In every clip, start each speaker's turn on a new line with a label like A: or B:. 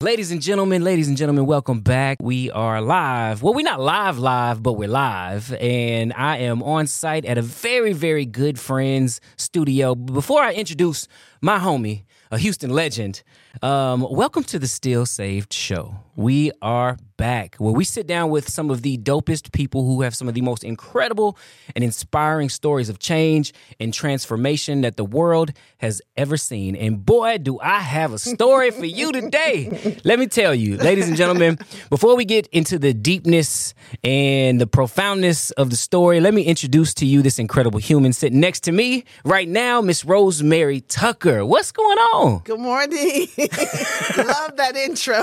A: Ladies and gentlemen, ladies and gentlemen, welcome back. We are live. Well, we're not live, live, but we're live. And I am on site at a very, very good friend's studio. Before I introduce my homie, a Houston legend, um, welcome to the Still Saved Show. We are back where we sit down with some of the dopest people who have some of the most incredible and inspiring stories of change and transformation that the world has ever seen. And boy, do I have a story for you today. Let me tell you, ladies and gentlemen, before we get into the deepness and the profoundness of the story, let me introduce to you this incredible human sitting next to me right now, Miss Rosemary Tucker. What's going on?
B: Good morning. Love that intro.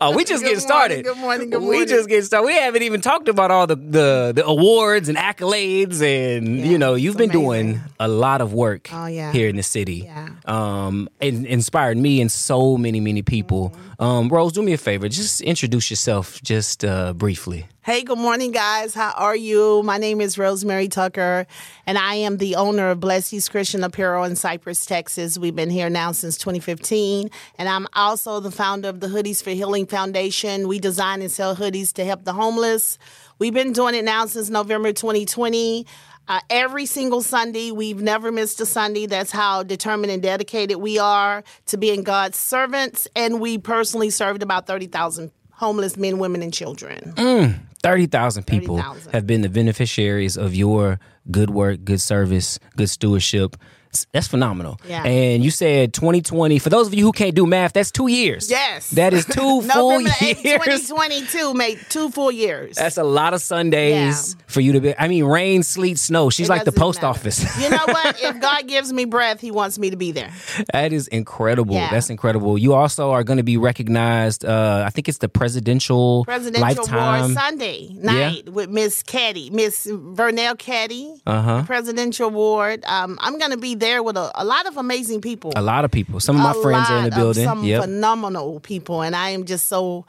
A: Oh, we just
B: Good
A: getting started.
B: morning, good morning, good
A: We
B: morning.
A: just getting started. We haven't even talked about all the the, the awards and accolades, and you know, you've been doing a lot of work
B: Oh, yeah.
A: here in the city.
B: Yeah.
A: Um, it inspired me and so many many people.
B: Mm-hmm.
A: Um, Rose, do me a favor, just introduce yourself, just uh, briefly.
B: Hey, good morning, guys. How are you? My name is Rosemary Tucker, and I am the owner of Blessy's Christian Apparel in Cypress, Texas. We've been here now since 2015, and I'm also the founder of the Hoodies for Healing Foundation. We design and sell hoodies to help the homeless. We've been doing it now since November 2020. Uh, every single Sunday, we've never missed a Sunday. That's how determined and dedicated we are to being God's servants. And we personally served about 30,000 homeless men, women, and children.
A: Thirty thousand people
B: 30,000.
A: have been the beneficiaries of your good work, good service, good stewardship. It's- That's phenomenal.
B: Yeah.
A: And you said 2020. For those of you who can't do math, that's two years.
B: Yes.
A: That is two full
B: November 8,
A: years.
B: 2022, made two full years.
A: That's a lot of Sundays for you to be. I mean, rain, sleet, snow. She's
B: It
A: like the
B: doesn't
A: post
B: matter.
A: office.
B: you know what? If God gives me breath, He wants me to be there.
A: that is incredible.
B: Yeah.
A: That's incredible. You also are going to be recognized. Uh, I think it's the presidential,
B: Presidential
A: lifetime.
B: Award Sunday night with Miss Caddy, Miss Vernell Caddy, uh-huh. Presidential Award. Um, I'm going to be there with a, a lot of amazing people.
A: A lot of people. Some of my
B: a
A: friends are in the
B: lot of
A: building.
B: Some
A: Yep.
B: phenomenal people, and I am just so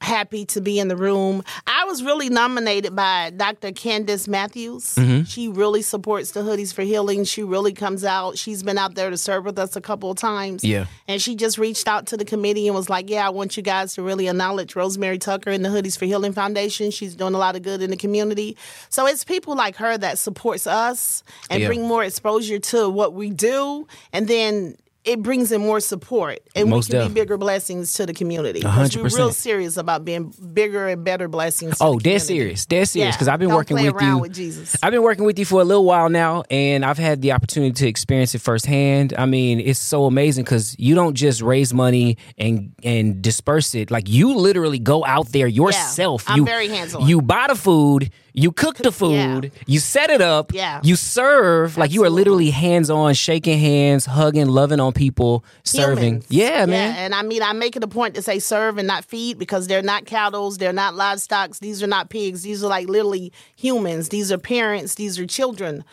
B: happy to be in the room. I was really nominated by Dr. Candace Matthews.
A: Mm-hmm.
B: She really supports the Hoodies for Healing. She really comes out. She's been out there to serve with us a couple of times.
A: Yeah.
B: And she just reached out to the committee and was like, Yeah, I want you guys to really acknowledge Rosemary Tucker and the Hoodies for Healing Foundation. She's doing a lot of good in the community. So it's people like her that supports us and
A: Yeah.
B: bring more exposure to what we do. And then it brings in more support and
A: Most
B: we can
A: def.
B: be bigger blessings to the community. 'Cause
A: hundred
B: We're real
A: percent.
B: serious about being bigger and better blessings. To
A: Oh, dead
B: the community.
A: serious, dead serious.
B: Yeah.
A: Because I've been
B: Don't
A: working
B: play
A: with
B: around
A: you.
B: with Jesus.
A: I've been working with you for a little while now, and I've had the opportunity to experience it firsthand. I mean, it's so amazing because you don't just raise money and and disperse it. Like you literally go out there yourself.
B: I'm
A: you,
B: very hands-on.
A: You buy the food, you cook the
B: Yeah.
A: food, you set it up,
B: Yeah.
A: you serve. Like you are literally hands on, shaking hands, hugging, loving on people, serving.
B: Humans. eh.
A: Yeah, man.
B: And I mean, I make it a point to say serve and not feed because they're not cattles, they're not livestock, these are not pigs. These are like literally humans. These are parents, these are children.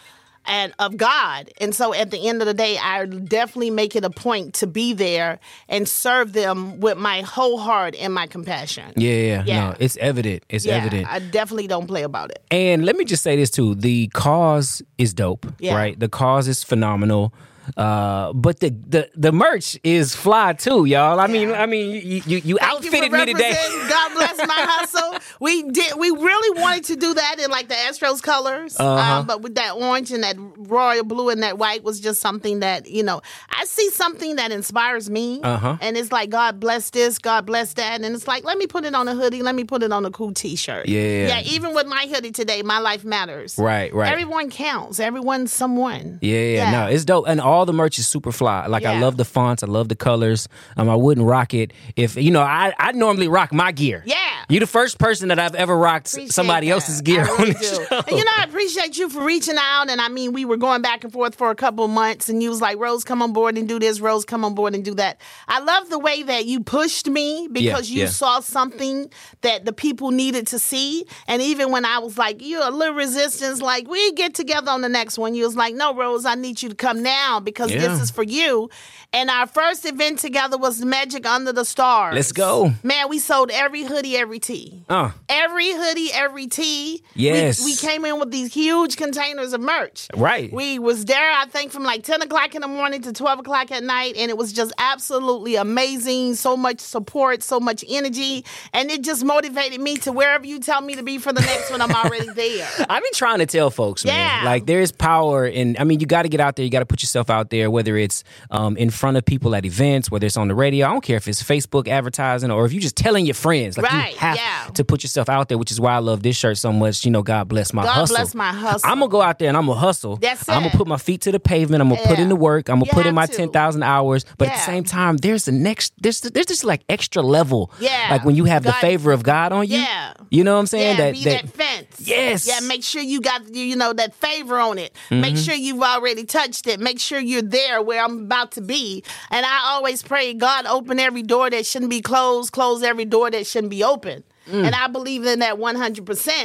B: And of God. And so at the end of the day, I definitely make it a point to be there and serve them with my whole heart and my compassion.
A: Yeah, yeah,
B: Yeah.
A: no, it's evident. It's
B: Yeah,
A: evident.
B: I definitely don't play about it.
A: And let me just say this too: the cause is dope,
B: Yeah.
A: right? The cause is phenomenal, uh, but the, the the merch is fly too, y'all. I mean, I mean, you you, you
B: Thank you for
A: outfitted me today.
B: representing God bless my hustle. We did. We really wanted to do that in like the Astros colors,
A: Uh-huh.
B: um, but with that orange and that royal blue and that white was just something that you know. I see something that inspires me,
A: Uh-huh.
B: and it's like God bless this, God bless that, and it's like let me put it on a hoodie, let me put it on a cool T-shirt.
A: Yeah.
B: yeah. Even with my hoodie today, my life matters.
A: Right, right.
B: Everyone counts. Everyone's someone.
A: Yeah, yeah, no, it's dope, and all the merch is super fly. Like I
B: Yeah.
A: love the fonts, I love the colors. Um, I wouldn't rock it if you know. I I normally rock my gear.
B: Yeah.
A: you the first person that I've ever rocked
B: appreciate
A: somebody
B: that.
A: else's gear
B: I really
A: on the
B: do.
A: show.
B: And you know, I appreciate you for reaching out. And I mean, we were going back and forth for a couple of months, and you was like, Rose, come on board and do this. Rose, come on board and do that. I love the way that you pushed me because you
A: yeah.
B: saw something that the people needed to see. And even when I was like, you're a little resistance, like, we get together on the next one, you was like, no, Rose, I need you to come now because
A: Yeah.
B: this is for you. And our first event together was Magic Under the Stars.
A: Let's go.
B: Man, we sold every hoodie, every every tee.
A: Uh,
B: Every hoodie, every tee. We-
A: Yes.
B: We, came in with these huge containers of merch.
A: right.
B: We was there, I think, from like 10 o'clock in the morning to 12 o'clock at night, and it was just absolutely amazing. So much support, so much energy, and it just motivated me to wherever you tell me to be for the next one, I'm already there.
A: I've been trying to tell folks, man.
B: Yeah.
A: Like there is power in. I mean, you got to get out there. You got to put yourself out there. Whether it's um, in front of people at events, whether it's on the radio, I don't care if it's Facebook advertising or if you're just telling your friends. Like
B: Right,
A: you have
B: yeah.
A: to put yourself out there, which is why I love this shirt so much. You know, God bless my
B: God
A: hustle.
B: bless my hustle.
A: I'm gonna go out there and I'm gonna hustle.
B: That's
A: I'm
B: it.
A: gonna put my feet to the pavement. I'm gonna put
B: Yeah.
A: in the work. I'm gonna
B: You
A: put in
B: have
A: my
B: to.
A: ten thousand hours. But at the
B: Yeah.
A: same time, there's the next. There's there's this like extra level.
B: Yeah.
A: Like when you have the
B: God-
A: favor of God on you.
B: Yeah.
A: You know what I'm saying?
B: Yeah, be that, fence.
A: Yes. Mm-hmm.
B: Yeah, make sure you got you know that favor on it. Make sure you've already touched it. Make sure you're there where I'm about to be. And I always pray, God, open every door that shouldn't be closed, close every door that shouldn't be open. And I believe in that 100%.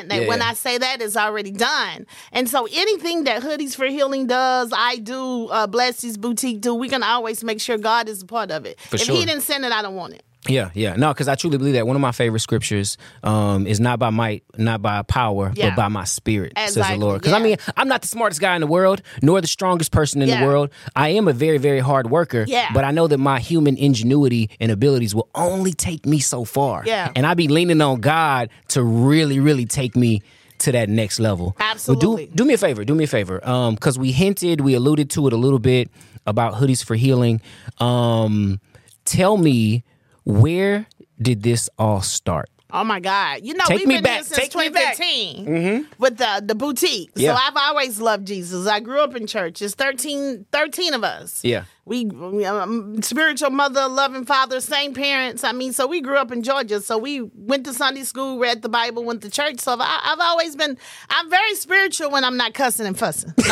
B: That
A: Mm. Yeah.
B: when I say that, it's already done. And so anything that Hoodies for Healing does, I do, uh, Blessy's Boutique do, we can always make sure God is a part of it. if
A: sure.
B: He didn't send it, I don't want it.
A: Yeah, yeah. No, because I truly believe that one of my favorite scriptures um, is not by might, not by power,
B: Yeah.
A: but by my spirit, says
B: Exactly,
A: the Lord. Because I
B: yeah.
A: mean, I'm not the smartest guy in the world, nor the strongest person in the
B: Yeah.
A: world. I am a very, very hard worker.
B: Yeah.
A: But I know that my human ingenuity and abilities will only take me so far.
B: Yeah.
A: And I be leaning on God to really, really take me to that next level. Well,
B: Absolutely.
A: do, do me a favor. Do me a favor. Because we hinted, we alluded to it a little bit about hoodies for healing. Um, tell me where did this all start?
B: Oh my God! You know
A: Take
B: we've
A: me
B: been
A: back.
B: here since
A: Take me back. Mm-hmm.
B: 2015 with the the boutique.
A: Yeah.
B: So I've always loved Jesus. I grew up in church. It's 13, 13 of us.
A: Yeah.
B: We, we um, spiritual mother, loving father, same parents. I mean, so we grew up in Georgia. So we went to Sunday school, read the Bible, went to church. So I, I've always been. I'm very spiritual when I'm not cussing and fussing.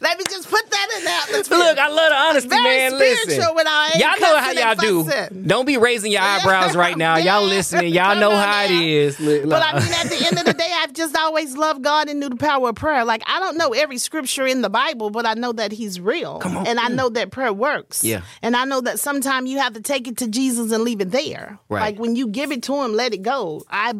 B: Let me just put that in the atmosphere.
A: Look, I love the honesty,
B: Very
A: man. Listen,
B: spiritual when I ain't
A: y'all know how
B: cussing
A: y'all
B: and
A: do.
B: fussing.
A: Don't be raising your eyebrows right now. Y'all
B: Yeah.
A: listening. Y'all
B: Come
A: know
B: on
A: how it
B: now.
A: is. Look,
B: But
A: look.
B: I mean, at the end of the day, I've just always loved God and knew the power of prayer. Like I don't know every scripture in the Bible, but I know that He's real, and I know that prayer works.
A: Yeah.
B: and I know that sometimes you have to take it to Jesus and leave it there.
A: Right.
B: Like when you give it to Him, let it go. I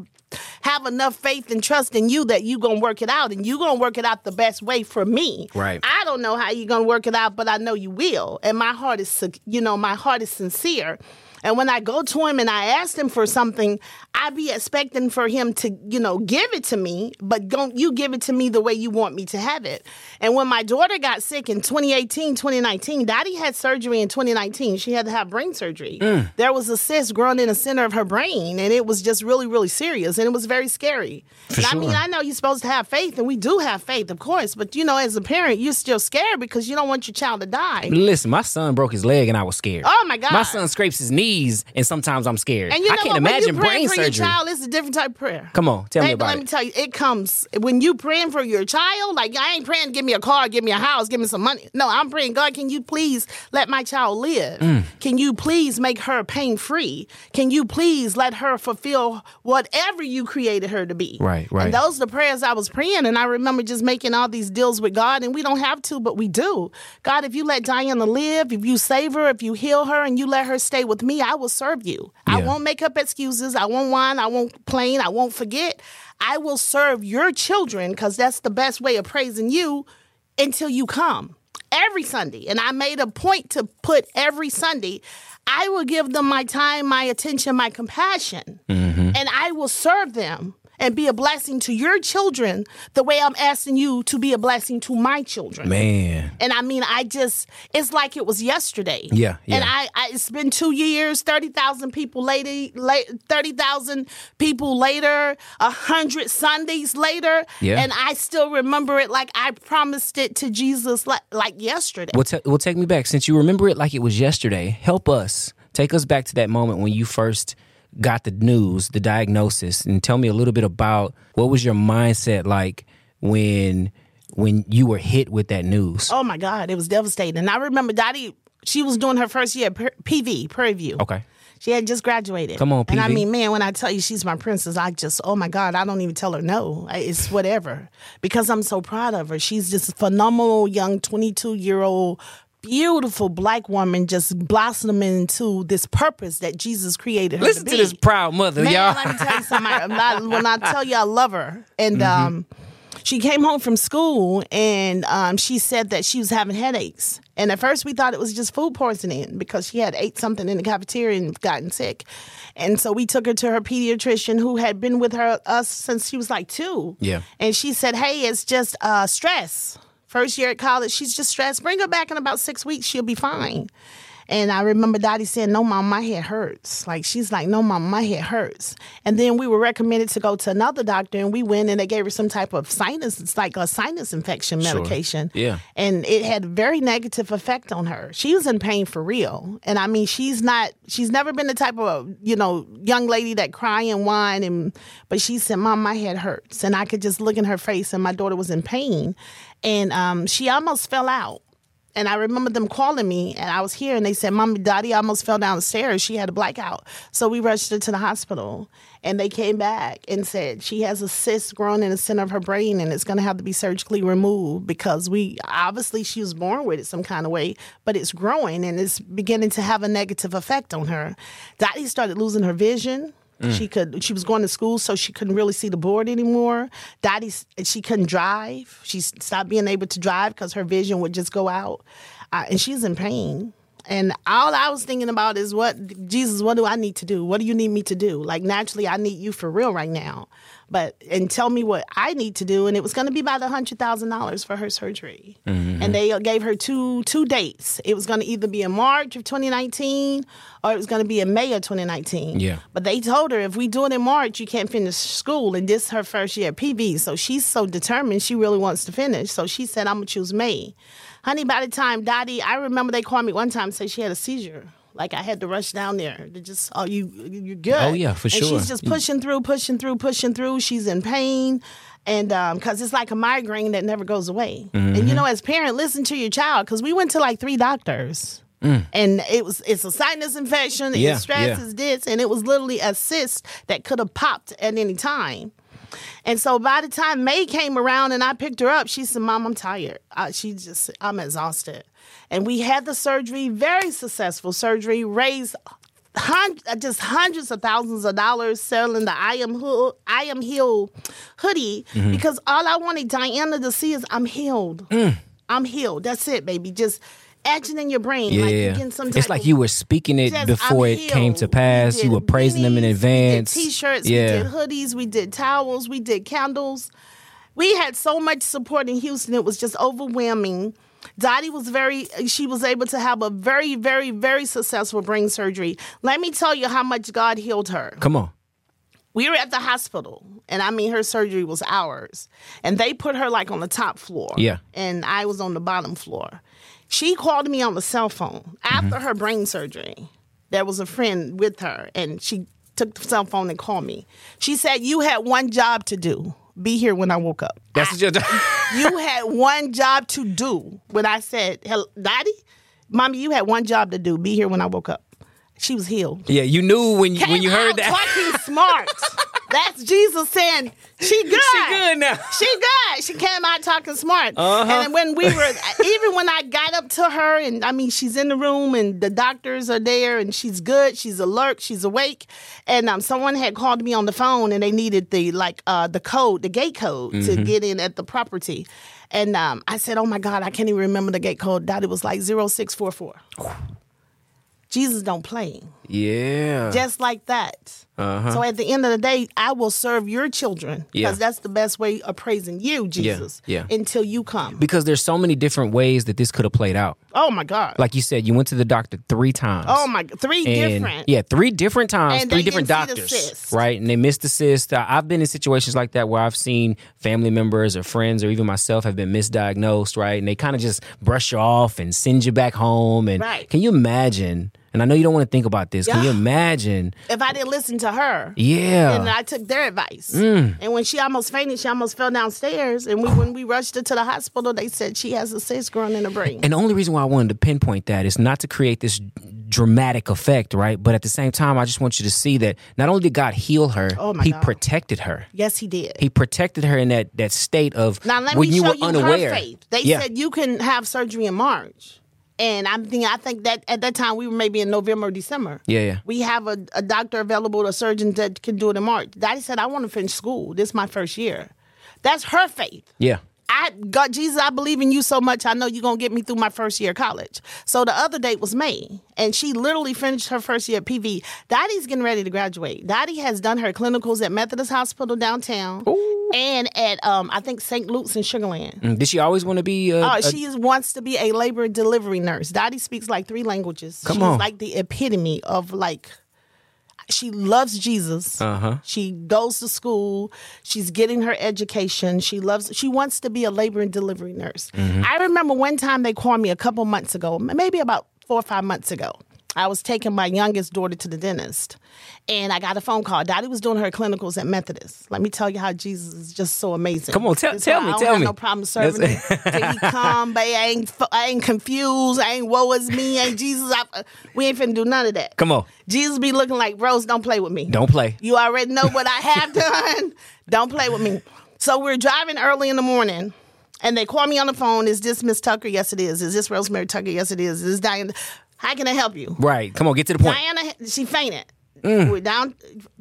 B: have enough faith and trust in you that you gonna work it out, and you gonna work it out the best way for me.
A: Right.
B: I don't know how you're gonna work it out, but I know you will. And my heart is, sic- you know, my heart is sincere. And when I go to him and I ask him for something, I be expecting for him to, you know, give it to me. But don't you give it to me the way you want me to have it? And when my daughter got sick in 2018, 2019, Daddy had surgery in 2019. She had to have brain surgery. There was a cyst growing in the center of her brain, and it was just really, really serious, and it was very scary. And I mean,
A: sure.
B: I know you're supposed to have faith, and we do have faith, of course. But you know, as a parent, you're still scared because you don't want your child to die.
A: Listen, my son broke his leg and I was scared.
B: Oh, my God.
A: My son scrapes his knees and sometimes I'm scared.
B: And you know
A: I can't
B: what?
A: imagine
B: when you praying
A: brain
B: for
A: surgery.
B: your child, it's a different type of prayer.
A: Come on, tell me
B: Baby,
A: about
B: let
A: it.
B: me tell you, it comes when you praying for your child. Like I ain't praying, give me a car, give me a house, give me some money. No, I'm praying, God, can you please let my child live?
A: Mm.
B: Can you please make her pain free? Can you please let her fulfill whatever you created her to be?
A: Right, right.
B: And those are the prayers I was praying, and I remember just making all these deals with God, and we don't have to, but we do. God, if you let Diana live, if you save her, if you heal her, and you let her stay with me, I will serve you. I
A: Yeah.
B: won't make up excuses. I won't whine. I won't complain. I won't forget. I will serve your children because that's the best way of praising you until you come every Sunday. And I made a point to put every Sunday. I will give them my time, my attention, my compassion, and I will serve them and be a blessing to your children the way I'm asking you to be a blessing to my children.
A: Man.
B: And I mean, I just, it's like it was yesterday.
A: Yeah, yeah.
B: And I, I it's been two years, 30,000 people later, late, 30,000 people later, 100 Sundays later.
A: Yeah.
B: And I still remember it like I promised it to Jesus like, like yesterday.
A: Well, ta- well, take me back. Since you remember it like it was yesterday, help us. Take us back to that moment when you first got the news, the diagnosis, and tell me a little bit about what was your mindset like when when you were hit with that news.
B: Oh my God, it was devastating. And I remember Dottie, she was doing her first year at Pur- PV, Prairie View.
A: Okay.
B: She had just graduated.
A: Come on,
B: And I
A: PV.
B: mean, man, when I tell you she's my princess, I just, oh my God, I don't even tell her no. I- It's whatever because I'm so proud of her. She's this phenomenal young 22 year old beautiful black woman just blossoming into this purpose that Jesus created her
A: Listen
B: to
A: to,
B: be.
A: this proud mother,
B: Man,
A: y'all.
B: let me tell you something. I'm not, when I tell you I love her, and um, she came home from school and um, she said that she was having headaches. And at first, we thought it was just food poisoning because she had ate something in the cafeteria and gotten sick. And so we took her to her pediatrician, who had been with her us since she was like two.
A: Yeah.
B: And she said, "Hey, it's just uh, stress. First year at college, she's just stressed. Bring her back in about six weeks. She'll be fine." And I remember Dottie saying, No, mom, my head hurts. Like, she's like, No, mom, my head hurts. And then we were recommended to go to another doctor, and we went and they gave her some type of sinus, it's like a sinus infection medication.
A: Yeah.
B: And it had a very negative effect on her. She was in pain for real. And I mean, she's not, she's never been the type of, you know, young lady that cry and whine. And, but she said, Mom, my head hurts. And I could just look in her face, and my daughter was in pain. And um, she almost fell out. And I remember them calling me, and I was here, and they said, Mommy, Dottie almost fell downstairs. She had a blackout. So we rushed her to the hospital, and they came back and said, She has a cyst growing in the center of her brain, and it's going to have to be surgically removed because we obviously she was born with it some kind of way, but it's growing and it's beginning to have a negative effect on her. Dottie started losing her vision. She could. She was going to school, so she couldn't really see the board anymore. Daddy, s- she couldn't drive. She s- stopped being able to drive because her vision would just go out, uh, and she's in pain. And all I was thinking about is what Jesus, what do I need to do? What do you need me to do? Like naturally, I need you for real right now, but and tell me what I need to do. And it was going to be about a hundred thousand dollars for her surgery, and they uh, gave her two two dates. It was going to either be in March of 2019 or it was going to be in May of 2019.
A: Yeah.
B: But they told her if we do it in March, you can't finish school, and this her first year at PB. So she's so determined she really wants to finish. So she said, "I'm gonna choose May." Honey, by the time Dottie, I remember they called me one time and said she had a seizure. Like I had to rush down there. They just, oh, you, you good?
A: Oh, yeah, for
B: And
A: sure.
B: She's just pushing through, pushing through, pushing through. She's in pain. And because it's like a migraine that never goes away.
A: Mm-hmm.
B: And you know, as parent, listen to your child because we went to like three doctors. And it was it's a sinus infection,
A: Yeah,
B: it's stress,
A: yeah.
B: it's this, and it was literally a cyst that could have popped at any time. And so by the time May came around and I picked her up, she said, "Mom, I'm tired. Uh, she just, I'm exhausted." And we had the surgery, very successful surgery, raised hun- uh, just hundreds of thousands of dollars selling the I am Hill, I am Hill hoodie
A: Mm-hmm.
B: because all I wanted Diana to see is I'm healed.
A: Mm.
B: I'm healed. That's it, baby. Just etching in your brain,
A: yeah,
B: like you're getting some type
A: it's like
B: of-
A: you were speaking it
B: just,
A: before
B: I'm
A: it came to
B: healed.
A: pass.
B: We
A: You were
B: did
A: praising them in
B: beanies,
A: advance.
B: We did t-shirts, we
A: yeah,
B: did hoodies, we did towels, we did candles. We had so much support in Houston; it was just overwhelming. Dottie was very, she was able to have a very, very, very successful brain surgery. Let me tell you how much God healed her
A: come on.
B: we were at the hospital and i mean her surgery was hours and they put her like on the top floor
A: Yeah.
B: and i was on the bottom floor she called me on the cell phone after her brain surgery there was a friend with her and she took the cell phone and called me she said you had one job to do be here when i woke up
A: That's what you're
B: you had one job to do when i said hello daddy mommy you had one job to do be here when i woke up she was healed
A: Yeah, you knew when you, when you
B: Came
A: heard
B: out
A: that.
B: Talking smart. That's Jesus saying she good.
A: She good Uh-huh. now.
B: She good. She came out talking smart. And then when we were, even when I got up to her, and I mean, she's in the room, and the doctors are there, and she's good. She's alert. She's awake. And um, someone had called me on the phone, and they needed the like uh, the code, the gate code, to
A: Mm-hmm.
B: get in at the property. And um, I said, "Oh my God, I can't even remember the gate code." Daddy was like 0644. Jesus don't play
A: Yeah.
B: just like that. So at the end of the day, I will serve your children because
A: Uh-huh. Yeah.
B: that's the best way of praising you, Jesus,
A: yeah.
B: until you come.
A: because there's so many different ways that this could have played out.
B: oh my God.
A: Like you said, you went to the doctor three times.
B: oh my God. Three
A: and,
B: different.
A: Yeah, three different times,
B: And
A: three
B: they
A: different
B: didn't see the
A: doctors,
B: cyst.
A: right? And they missed the cyst. I- I've been in situations like that where I've seen family members or friends or even myself have been misdiagnosed, right? And they kind of just brush you off and send you back home. And
B: Right.
A: can you imagine? And I know you don't want to think about this. Can you
B: Yeah.
A: imagine?
B: If I didn't listen to her.
A: Yeah. Mm.
B: And I took their advice. And when she almost fainted, she almost fell downstairs. And we, when we rushed her to the hospital, they said she has a cyst growing in her brain.
A: And the only reason why I wanted to pinpoint that is not to create this dramatic effect, right? But at the same time, I just want you to see that not only did God heal her,
B: Oh my
A: He
B: God.
A: protected her.
B: yes, he did.
A: He protected her in that that state of
B: Now let
A: when
B: me
A: you
B: show
A: were
B: you
A: unaware.
B: her faith. They
A: yeah.
B: said you can have surgery in March. And I'm thinking, I think that at that time we were maybe in November or December.
A: Yeah, yeah.
B: We have a, a doctor available, a surgeon that can do it in March. Daddy said, I want to finish school. This is my first year. That's her faith.
A: Yeah.
B: I God, Jesus, I believe in you so much. I know you're gonna get me through my first year of college. So the other date was May, and she literally finished her first year at PV. Dottie's getting ready to graduate. Dottie has done her clinicals at Methodist Hospital downtown and at um, I think St. Luke's in Sugarland.
A: Mm, Did she always want to be? Uh,
B: Oh,
A: a-
B: she is, wants to be a labor and delivery nurse. Dottie speaks like three languages.
A: Come
B: She's
A: on.
B: like the epitome of like she loves Jesus. Uh-huh. She goes to school. She's getting her education. She loves she wants to be a labor and delivery nurse.
A: Mm-hmm.
B: I remember one time they called me a couple months ago, m- maybe about 4 or 5 months ago. I was taking my youngest daughter to the dentist and I got a phone call. Dottie was doing her clinicals at Methodist. Let me tell you how Jesus is just so amazing.
A: Come on, tell-
B: That's
A: tell
B: why
A: me,
B: I don't
A: tell
B: have
A: me.
B: No problem
A: That's-
B: serving him. Did he come? But I ain't, fu- I ain't confused. I ain't woe is me. Ain't Jesus. I, we ain't finna do none of that.
A: Come on,
B: Jesus be looking like, bros, don't play with me.
A: don't play.
B: You already know what I have done. Don't play with me. So we're driving early in the morning, and they call me on the phone. Is this Miss Tucker? Yes, it is. Is this Rosemary Tucker? Yes, it is. Is this Diana? How can I help you?
A: Right. Come on, get to the point. Mm.
B: Diana, she fainted. We're down.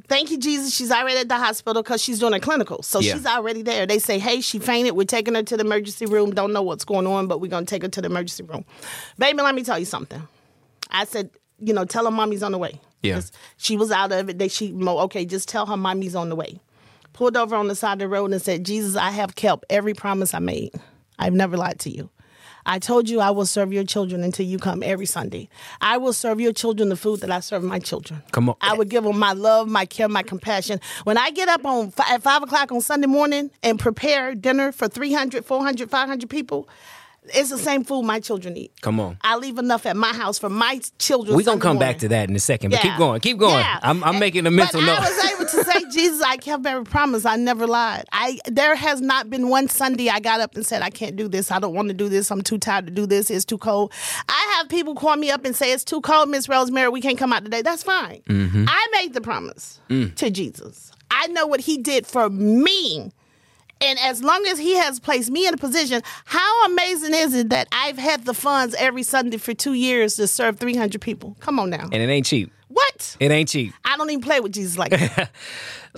B: Thank you, Jesus. She's already at the hospital because she's doing a clinical. So
A: Yeah.
B: she's already there. They say, hey, she fainted. We're taking her to the emergency room. Don't know what's going on, but we're going to take her to the emergency room. Baby, let me tell you something. I said, you know, tell her mommy's on the way.
A: Yeah.
B: Just- She was out of it. They, she, mo- okay, just tell her mommy's on the way. Pulled over on the side of the road and said, Jesus, I have kept every promise I made. I've never lied to you. I told you I will serve your children until you come every Sunday. I will serve your children the food that I serve my children.
A: Come on.
B: I would give them my love, my care, my compassion. When I get up on fi- at 5 o'clock on Sunday morning and prepare dinner for 300, 400, 500 people, it's the same food my children eat.
A: Come on.
B: I leave enough at my house for my children.
A: We're gonna come back to that in a second, but keep going, keep going. I'm, I'm making a mental
B: but
A: note.
B: I was able to say, Jesus, I kept every promise. I never lied. I there has not been one Sunday I got up and said, I can't do this. I don't want to do this. I'm too tired to do this. It's too cold. I have people call me up and say, It's too cold, Miss Rosemary. We can't come out today. That's fine.
A: Mm-hmm.
B: I made the promise
A: Mm.
B: to Jesus. I know what He did for me. And as long as he has placed me in a position, how amazing is it that I've had the funds every Sunday for two years to serve 300 people? Come on now.
A: and it ain't cheap.
B: What?
A: It ain't cheap.
B: I don't even play with Jesus like that.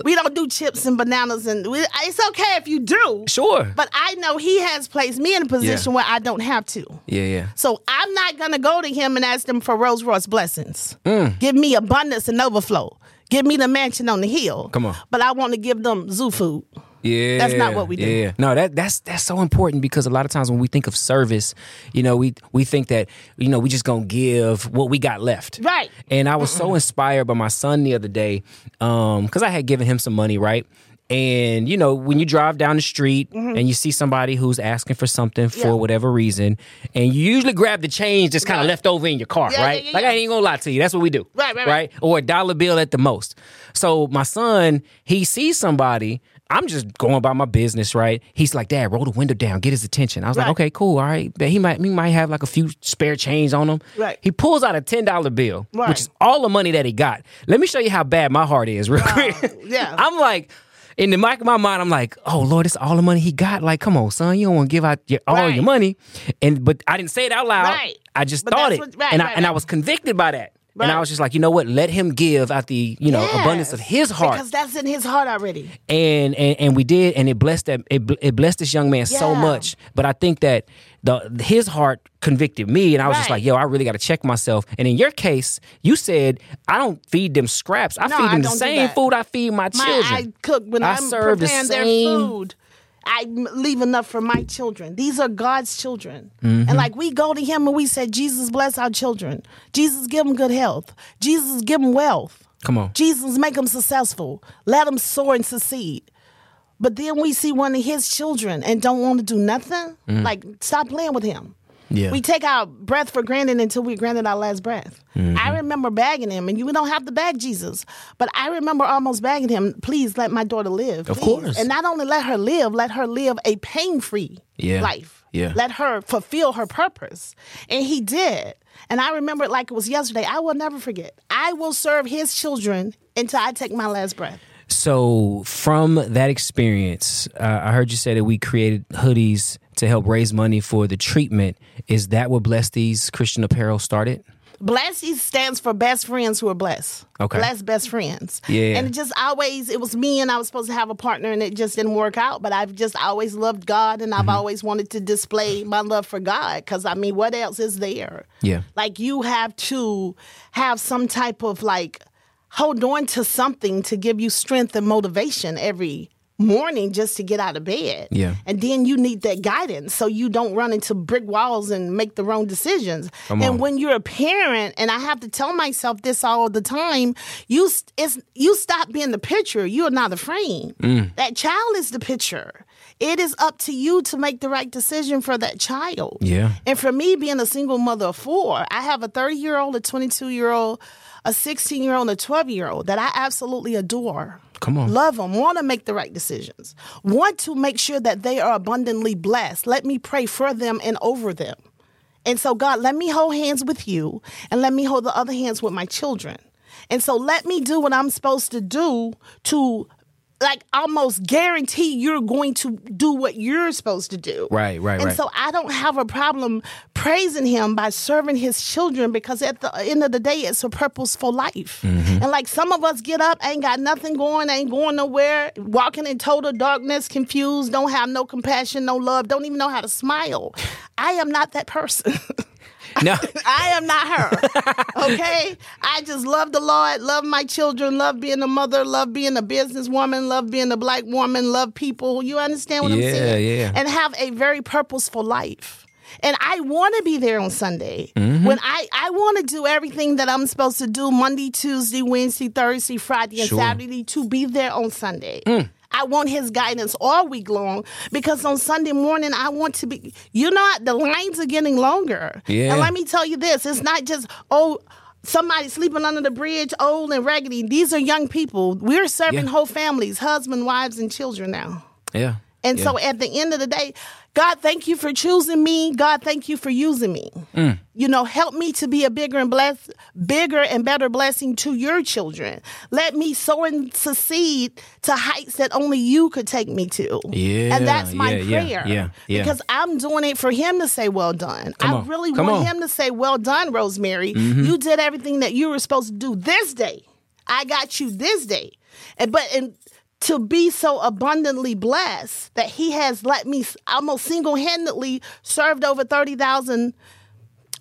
B: we don't do chips and bananas, and we, it's okay if you do.
A: Sure.
B: But I know He has placed me in a position
A: Yeah.
B: where I don't have to.
A: yeah, yeah.
B: So I'm not gonna go to Him and ask Him for Rolls Royce blessings.
A: Mm.
B: Give me abundance and overflow. Give me the mansion on the hill.
A: Come on.
B: But I want to give them zoo food.
A: Yeah,
B: That's not what we do.
A: Yeah, no, that that's that's so important because a lot of times when we think of service, you know, we we think that you know we just gonna give what we got left,
B: Right.
A: And I was so inspired by my son the other day because I had given him some money, right? And you know, when you drive down the street and you see somebody who's asking for something for
B: Mm-hmm. Yeah.
A: whatever reason, and you usually grab the change that's kind of left over in your car,
B: Yeah,
A: right?
B: yeah, yeah,
A: Like
B: yeah.
A: I ain't gonna lie to you, that's what we do,
B: Right, right, right.
A: right? or a dollar bill at the most. So my son, he sees somebody. I'm just going about my business, right? He's like, "Dad, roll the window down, get his attention." I was like,
B: Right.
A: "Okay, cool, all right." But he might, he might have like a few spare change on him.
B: Right.
A: He pulls out a ten dollar bill,
B: Right.
A: which is all the money that he got. Let me show you how bad my heart is, real quick.
B: yeah.
A: I'm like. In the back of my mind, I'm like, "Oh Lord, it's all the money he got. Like, come on, son, you don't want to give out your, all
B: Right.
A: your money." And but I didn't say it out loud.
B: Right.
A: I just
B: But
A: thought
B: that's
A: it,
B: what- right,
A: and I
B: right,
A: and I
B: right.
A: was convicted by that. And I
B: Right.
A: was just like, you know what? Let him give out the, you know, abundance of his heart.
B: Because that's in his heart already.
A: and, and and we did, and it blessed that it, bl- it blessed this young man so
B: Yeah.
A: much. But I think that the his heart convicted me, and I was just
B: Right.
A: like, yo, I really got to check myself. And in your case, you said I don't feed them scraps. I
B: No,
A: feed
B: I
A: them the
B: don't do
A: same
B: that.
A: food I feed my,
B: My,
A: children.
B: I cook when
A: I
B: I am
A: serve the
B: preparing their
A: same-
B: food. I m- leave enough for my children. These are God's children.
A: Mm-hmm.
B: And like we go to him and we say, Jesus bless our children. Jesus give them good health. Jesus give them wealth.
A: Come on,
B: Jesus make them successful. Let them soar and succeed. But then we see one of his children and don't want to do nothing.
A: Mm.
B: Like stop playing with him.
A: yeah,
B: We take our breath for granted until we granted our last breath.
A: Mm-hmm.
B: I remember bagging him, and you don't have to bag Jesus, but I remember almost bagging him. Please let my daughter live.
A: Of
B: please."
A: course.
B: And not only let her live, let her live a pain free
A: Yeah.
B: life.
A: Yeah.
B: Let her fulfill her purpose. And he did. And I remember it like it was yesterday. I will never forget. I will serve his children until I take my last breath.
A: So, from that experience, uh, I heard you say that we created hoodies to help raise money for the treatment. Is that what Bless These Christian Apparel started?
B: Blessed stands for best friends who are blessed.
A: Okay.
B: Blessed best friends.
A: Yeah.
B: And it just always, it was me and I was supposed to have a partner and it just didn't work out. But I've just always loved God and I've
A: Mm-hmm.
B: always wanted to display my love for God because I mean, what else is there?
A: Yeah.
B: Like you have to have some type of like hold on to something to give you strength and motivation every morning just to get out of bed.
A: Yeah.
B: And then you need that guidance so you don't run into brick walls and make the wrong decisions.
A: Come on.
B: And when you're a parent and I have to tell myself this all the time, you s- it's you stop being the picture, you're not the frame.
A: Mm.
B: That child is the picture. It is up to you to make the right decision for that child.
A: Yeah.
B: And for me, being a single mother of four, I have a 30 year old, a 22 year old, a 16 year old, and a 12 year old that I absolutely adore.
A: Come on.
B: Love them, want to make the right decisions, want to make sure that they are abundantly blessed. Let me pray for them and over them. And so, God, let me hold hands with you and let me hold the other hands with my children. And so, let me do what I'm supposed to do to like almost guarantee you're going to do what you're supposed to do.
A: Right, right,
B: and
A: right.
B: so I don't have a problem praising him by serving his children because at the end of the day, it's a purposeful life. And like some of us get up, ain't got nothing going, ain't going nowhere, walking in total darkness, confused, don't have no compassion, no love, don't even know how to smile. I am not that person.
A: No.
B: I am not her. Okay? I just love the Lord, love my children, love being a mother, love being a businesswoman, love being a black woman, love people. You understand what I'm
A: Yeah,
B: saying?
A: yeah.
B: And have a very purposeful life. And I want to be there on Sunday.
A: Mm-hmm.
B: When I, I want to do everything that I'm supposed to do Monday, Tuesday, Wednesday, Thursday, Friday, and
A: Sure. Mm.
B: Saturday to be there on Sunday. I want his guidance all week long because on Sunday morning I want to be you know the lines are getting longer.
A: Yeah.
B: And let me tell you this it's not just, oh, somebody sleeping under the bridge, old and raggedy. These are young people. We're serving
A: Yeah.
B: whole families, husband, wives, and children now.
A: Yeah.
B: And so at the end of the day, God, thank you for choosing me. God, thank you for using me.
A: Mm.
B: You know, help me to be a bigger and bless, bigger and better blessing to your children. Let me sow and succeed to heights that only you could take me to.
A: Yeah,
B: and that's my
A: yeah, yeah,
B: prayer.
A: yeah, yeah.
B: Because I'm doing it for him to say, "Well done." I
A: on,
B: really
A: come
B: want
A: on. Mm-hmm.
B: him to say, "Well done, Rosemary. You did everything that you were supposed to do this day. I got you this day." And but and to be so abundantly blessed that he has let me s- almost single-handedly served over 30,000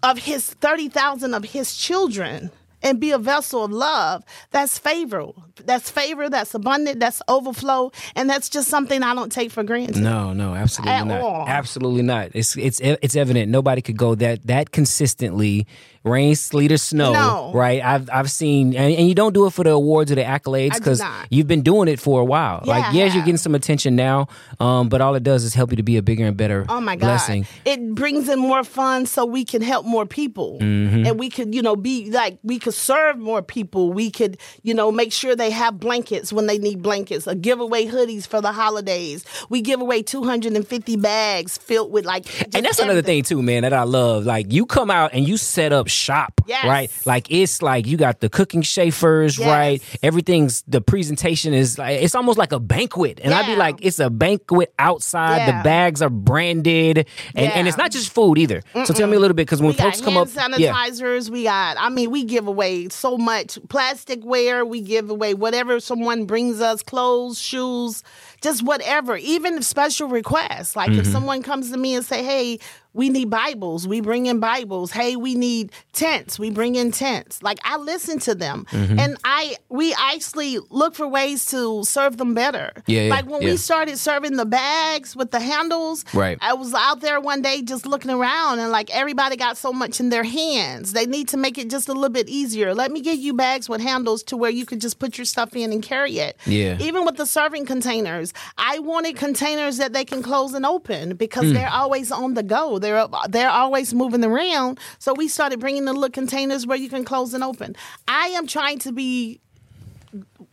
B: of his 30,000 of his children and be a vessel of love that's favor that's favor that's abundant that's overflow and that's just something i don't take for granted
A: No, no, absolutely
B: At
A: not.
B: all.
A: Absolutely not. It's it's it's evident nobody could go that that consistently. Rain, sleet, or snow,
B: No.
A: right? I've I've seen, and, and you don't do it for the awards or the accolades
B: do
A: because
B: not.
A: you've been doing it for a while.
B: Yeah,
A: like,
B: I
A: yes, you're
B: have.
A: getting some attention now, um, but all it does is help you to be a bigger and better
B: Oh my God.
A: blessing.
B: It brings in more funds so we can help more people.
A: Mm-hmm.
B: And we could, you know, be like, we could serve more people. We could, you know, make sure they have blankets when they need blankets, or give away hoodies for the holidays. We give away 250 bags filled with like. just
A: and that's another
B: everything.
A: thing too, man, that I love. Like you come out and you set up shop,
B: Yes.
A: right? Like it's like you got the cooking chafers,
B: Yes.
A: right? Everything's the presentation is like it's almost like a banquet, and I'd be
B: Yeah.
A: like, it's a banquet outside.
B: Yeah.
A: The bags are branded, and, and
B: Yeah.
A: it's not just food either. So tell me a little bit because when
B: We got
A: folks come up,
B: hand
A: yeah,
B: sanitizers. We got, I mean, we give away so much plasticware. We give away whatever someone brings us clothes, shoes, just whatever, even special requests. Like
A: Mm-hmm.
B: if someone comes to me and say, hey, we need Bibles. We bring in Bibles. Hey, we need tents. We bring in tents. Like I listen to them,
A: Mm-hmm.
B: and I we actually look for ways to serve them better.
A: Yeah, yeah,
B: like when
A: yeah.
B: we started serving the bags with the handles.
A: Right.
B: I was out there one day just looking around and like everybody got so much in their hands. They need to make it just a little bit easier. Let me get you bags with handles to where you could just put your stuff in and carry it.
A: Yeah.
B: Even with the serving containers, I wanted containers that they can close and open because
A: Hmm.
B: they're always on the go. They're they're always moving around. So we started bringing the little containers where you can close and open. I am trying to be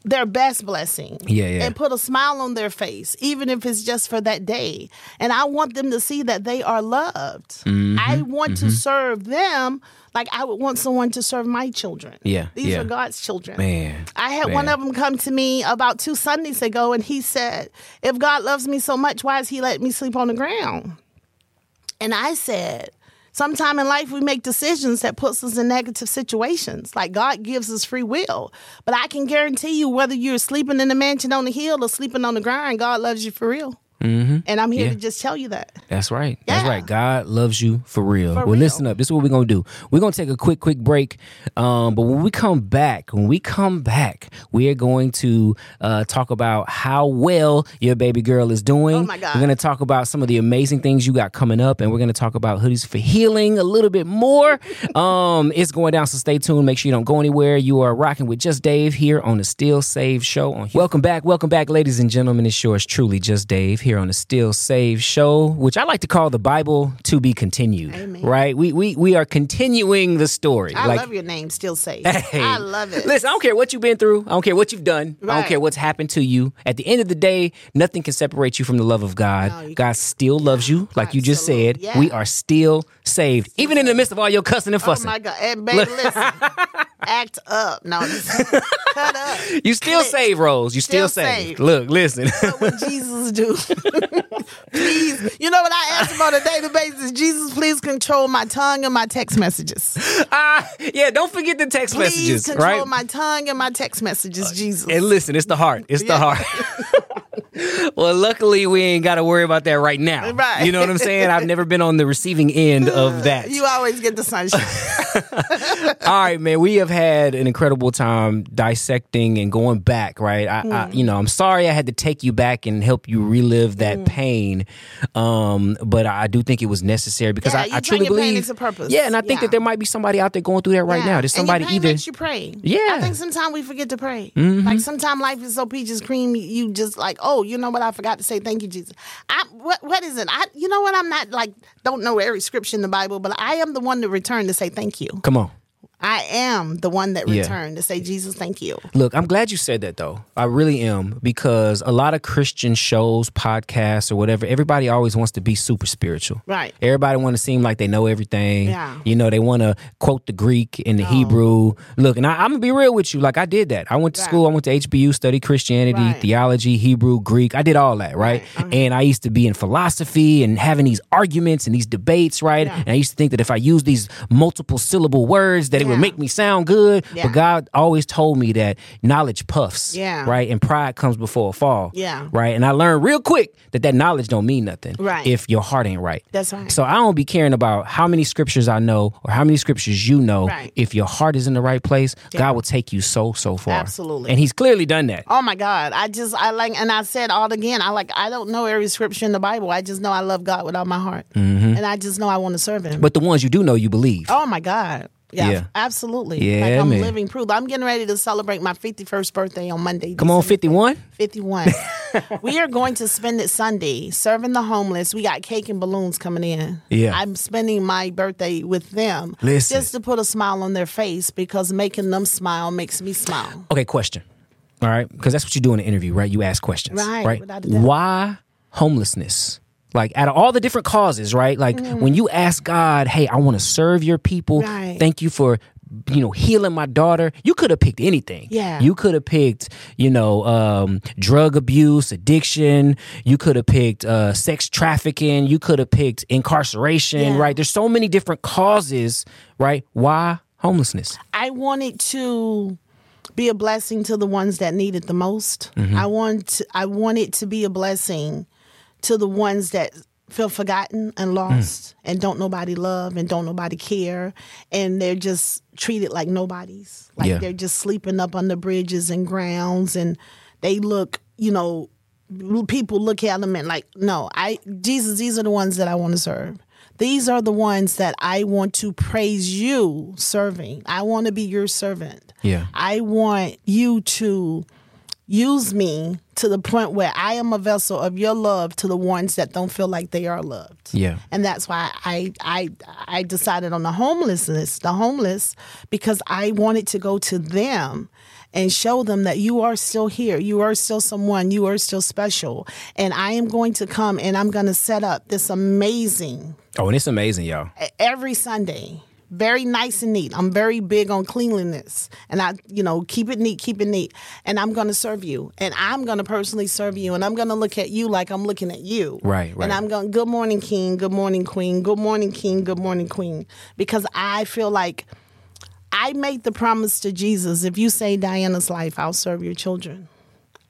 B: their best blessing
A: Yeah, yeah.
B: and put a smile on their face even if it's just for that day and i want them to see that they are loved
A: Mm-hmm,
B: i want to serve them like i would want someone to serve my children
A: Yeah,
B: these
A: yeah.
B: are god's children
A: man,
B: I had one
A: man.
B: of them come to me about two Sundays ago, and he said, If God loves me so much, why is he letting me sleep on the ground? And I said, Sometime in life, we make decisions that puts us in negative situations. Like God gives us free will, but I can guarantee you, whether you're sleeping in the mansion on the hill or sleeping on the ground, God loves you for real. Mm-hmm. And I'm here
A: Yeah.
B: to just tell you that.
A: That's right. That's
B: Yeah.
A: right. God loves you for real. well,
B: real.
A: listen up. This is what we're gonna do. We're gonna take a quick, quick break. Um, but when we come back, when we come back, we are going to uh, talk about how well your baby girl is doing.
B: Oh, my God.
A: We're gonna talk about some of the amazing things you got coming up, and we're gonna talk about hoodies for healing a little bit more. um, it's going down, so stay tuned. Make sure you don't go anywhere. You are rocking with Just Dave here on the Still Save Show. On welcome back, welcome back, ladies and gentlemen. It's yours truly, Just Dave here on the Still Save Show, which I like to call the Bible to be continued. Right? We we we are continuing the story.
B: I
A: like
B: love your name, still safe.
A: Hey,
B: I love it.
A: Listen, I don't care what you've been through. I don't care what you've done. I don't
B: Right.
A: care what's happened to you. At the end of the day, nothing can separate you from the love of God.
B: you
A: God still loves you, like you just said.
B: Absolutely. Yeah.
A: We are still saved, even in the midst of all your cussing and
B: Oh
A: fussing.
B: my God. And baby, listen, act up. No, just cut up.
A: you still saved, Rose. You still,
B: Still
A: saved.
B: saved.
A: Look, listen.
B: What Jesus do? please. You know what I ask him on a daily basis? Jesus, please control my tongue and my text messages.
A: Ah, yeah, don't forget the text
B: Please
A: messages,
B: control
A: right? Uh,
B: my tongue and my text messages, Jesus.
A: And listen, it's the heart. It's the
B: Yeah.
A: heart. well, luckily we ain't got to worry about that right now.
B: Right.
A: You know what I'm saying? I've never been on the receiving end of that.
B: you always get the sunshine.
A: All right, man. We have had an incredible time dissecting and going back. Right, I, I
B: Mm.
A: you know, I'm sorry I had to take you back and help you relive that
B: Mm.
A: pain, um, but I do think it was necessary because
B: Yeah,
A: I,
B: you
A: I
B: turn
A: truly
B: your pain
A: believe
B: into purpose.
A: Yeah, and I think
B: Yeah.
A: that there might be somebody out there going through that right now. There's somebody
B: and your pain
A: either.
B: makes you pray.
A: Yeah. Mm-hmm.
B: I think sometimes we forget to pray. Like sometimes life is so peaches cream. You just like, oh, you know what? I forgot to say thank you, Jesus. I what what is it? I you know what? I'm not like don't know every scripture in the Bible, but I am the one to return to say thank you.
A: Come on.
B: I am the one that
A: Yeah.
B: returned to say Jesus, thank you.
A: Look, I'm glad you said that though. I really am because a lot of Christian shows, podcasts, or whatever, everybody always wants to be super spiritual.
B: Right.
A: Everybody want to seem like they know everything.
B: Yeah.
A: You know, they want to quote the Greek and the Hebrew. Look, and I, I'm gonna be real with you. Like I did that. I went to
B: Right.
A: school. I went to HBU, studied Christianity,
B: Right. Uh-huh.
A: theology, Hebrew, Greek. I did all that, right? And I used to be in philosophy and having these arguments and these debates, right? And I used to think that if I used these multiple syllable words, that it would
B: Yeah.
A: make me sound good.
B: Yeah.
A: But God always told me that knowledge puffs,
B: Yeah.
A: right? And pride comes before a fall,
B: Yeah.
A: right? And I learned real quick that that knowledge don't mean nothing,
B: Right.
A: If your heart ain't right,
B: That's right.
A: So I don't be caring about how many scriptures I know or how many scriptures you know.
B: Right.
A: If your heart is in the right place, God will take you so so far.
B: Absolutely.
A: and He's clearly done that.
B: Oh my God. I just I like and I said all again, I like I don't know every scripture in the Bible. I just know I love God with all my heart. And I just know I want to serve him.
A: Mm-hmm. But the ones you do know, you believe.
B: Oh my God. Yeah,
A: Yeah.
B: absolutely. like
A: Yeah,
B: I'm
A: man.
B: living proof. I'm getting ready to celebrate my 51st birthday on Monday.
A: Come on,
B: December
A: fifty one.
B: 51. we are going to spend it Sunday serving the homeless. We got cake and balloons coming in.
A: Yeah.
B: I'm spending my birthday with them
A: Listen.
B: just to put a smile on their face because making them smile makes me smile.
A: Okay, question. All right, because that's what you do in an interview, right? You ask questions,
B: Right,
A: right?
B: without a doubt.
A: Why homelessness? Like out of all the different causes, right? Like when you ask God, "Hey, I want to serve your people.
B: Mm. Right.
A: Thank you for." You know, healing my daughter. You could have picked anything.
B: Yeah.
A: You could have picked, you know, um, drug abuse, addiction. You could have picked uh, sex trafficking. You could have picked incarceration.
B: Yeah.
A: Right. There's so many different causes. Right. Why homelessness?
B: I wanted to be a blessing to the ones that need it the most. I want to, I wanted to be a blessing to the ones that feel forgotten and lost and don't nobody love and don't nobody care and they're just treated like nobodies. Like
A: Yeah.
B: they're just sleeping up under bridges and grounds and they look, you know, people look at them and like, no, I Jesus, these are the ones that I want to serve. These are the ones that I want to praise you serving. I want to be your servant.
A: Yeah.
B: I want you to use me to the point where I am a vessel of your love to the ones that don't feel like they are loved.
A: Yeah.
B: And that's why I I I decided on the homelessness, the homeless, because I wanted to go to them and show them that you are still here. You are still someone. You are still special. And I am going to come and I'm going to set up this amazing
A: Oh, and it's amazing, y'all.
B: E-, every Sunday very nice and neat. I'm very big on cleanliness, and I, you know, keep it neat, keep it neat. And I'm going to serve you, and I'm going to personally serve you, and I'm going to look at you like I'm looking at you.
A: Right, right.
B: And I'm going, good morning, king. Good morning, queen. Good morning, king. Good morning, queen. Because I feel like I made the promise to Jesus: if you say Diana's life, I'll serve your children.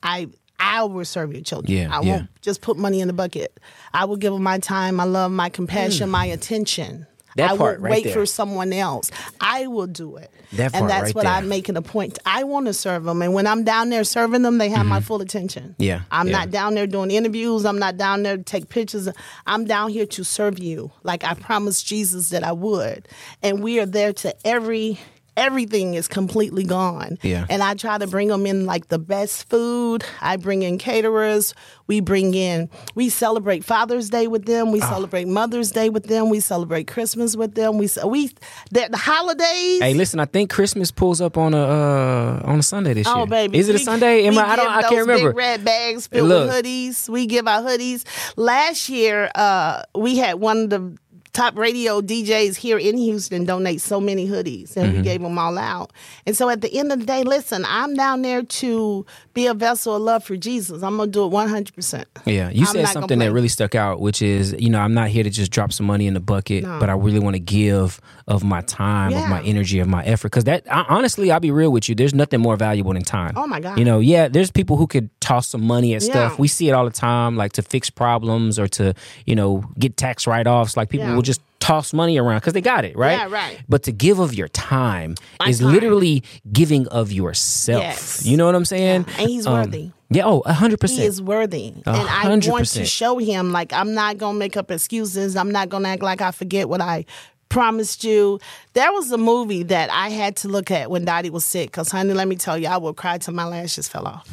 B: I I will serve your children.
A: Yeah,
B: I
A: yeah.
B: won't just put money in the bucket. I will give them my time, my love, my compassion, my attention.
A: Mm. That
B: I
A: part
B: will
A: right
B: wait
A: there.
B: for someone else. I will do it.
A: That part
B: and that's
A: right
B: what
A: there.
B: I'm making a point. I want to serve them. And when I'm down there serving them, they have my full attention.
A: Mm-hmm. Yeah,
B: I'm
A: yeah.
B: not down there doing interviews. I'm not down there to take pictures. I'm down here to serve you. Like I promised Jesus that I would. And we are there to every everything is completely gone.
A: Yeah.
B: And I try to bring them in like the best food. I bring in caterers. We bring in, we celebrate Father's Day with them. We celebrate Mother's Day with them. We celebrate Christmas with them. We, ce- we the, the holidays.
A: Hey, listen. I think Christmas pulls up on a uh, on a Sunday this year.
B: Oh baby,
A: is it a
B: We-
A: Sunday? Am
B: we
A: I? I don't.
B: give
A: I
B: those
A: can't remember.
B: Big red bags filled
A: Look.
B: with hoodies. We give out hoodies. Last year, uh, we had one of the top radio DJs here in Houston donate so many hoodies, and
A: Mm-hmm.
B: we gave them all out. And so at the end of the day, listen, I'm down there to be a vessel of love for Jesus. I'm gonna do it 100. percent
A: Yeah, you
B: I'm
A: said something that
B: not complaining.
A: really stuck out, which is, you know, I'm not here to just drop some money in the bucket, but I really want to give of my time, of my
B: Yeah.
A: energy, of my effort. Because that, I, honestly, I'll be real with you. There's nothing more valuable than time.
B: Oh, my God.
A: You know, yeah, there's people who could toss some money at
B: Yeah.
A: stuff. We see it all the time, like to fix problems or to, you know, get tax write offs. Like people
B: Yeah.
A: will just toss money around because they got it right.
B: Yeah, right.
A: But to give of your time is
B: time.
A: literally giving of yourself.
B: Yes.
A: You know what I'm saying?
B: And he's
A: Um,
B: worthy.
A: yeah. Oh, hundred percent.
B: He is worthy. And I
A: hundred
B: want to
A: percent.
B: show him, like, I'm not going to make up excuses. I'm not going to act like I forget what I promised you. There was a movie that I had to look at when Dottie was sick, because, honey, let me tell you, I would cry till my lashes fell off.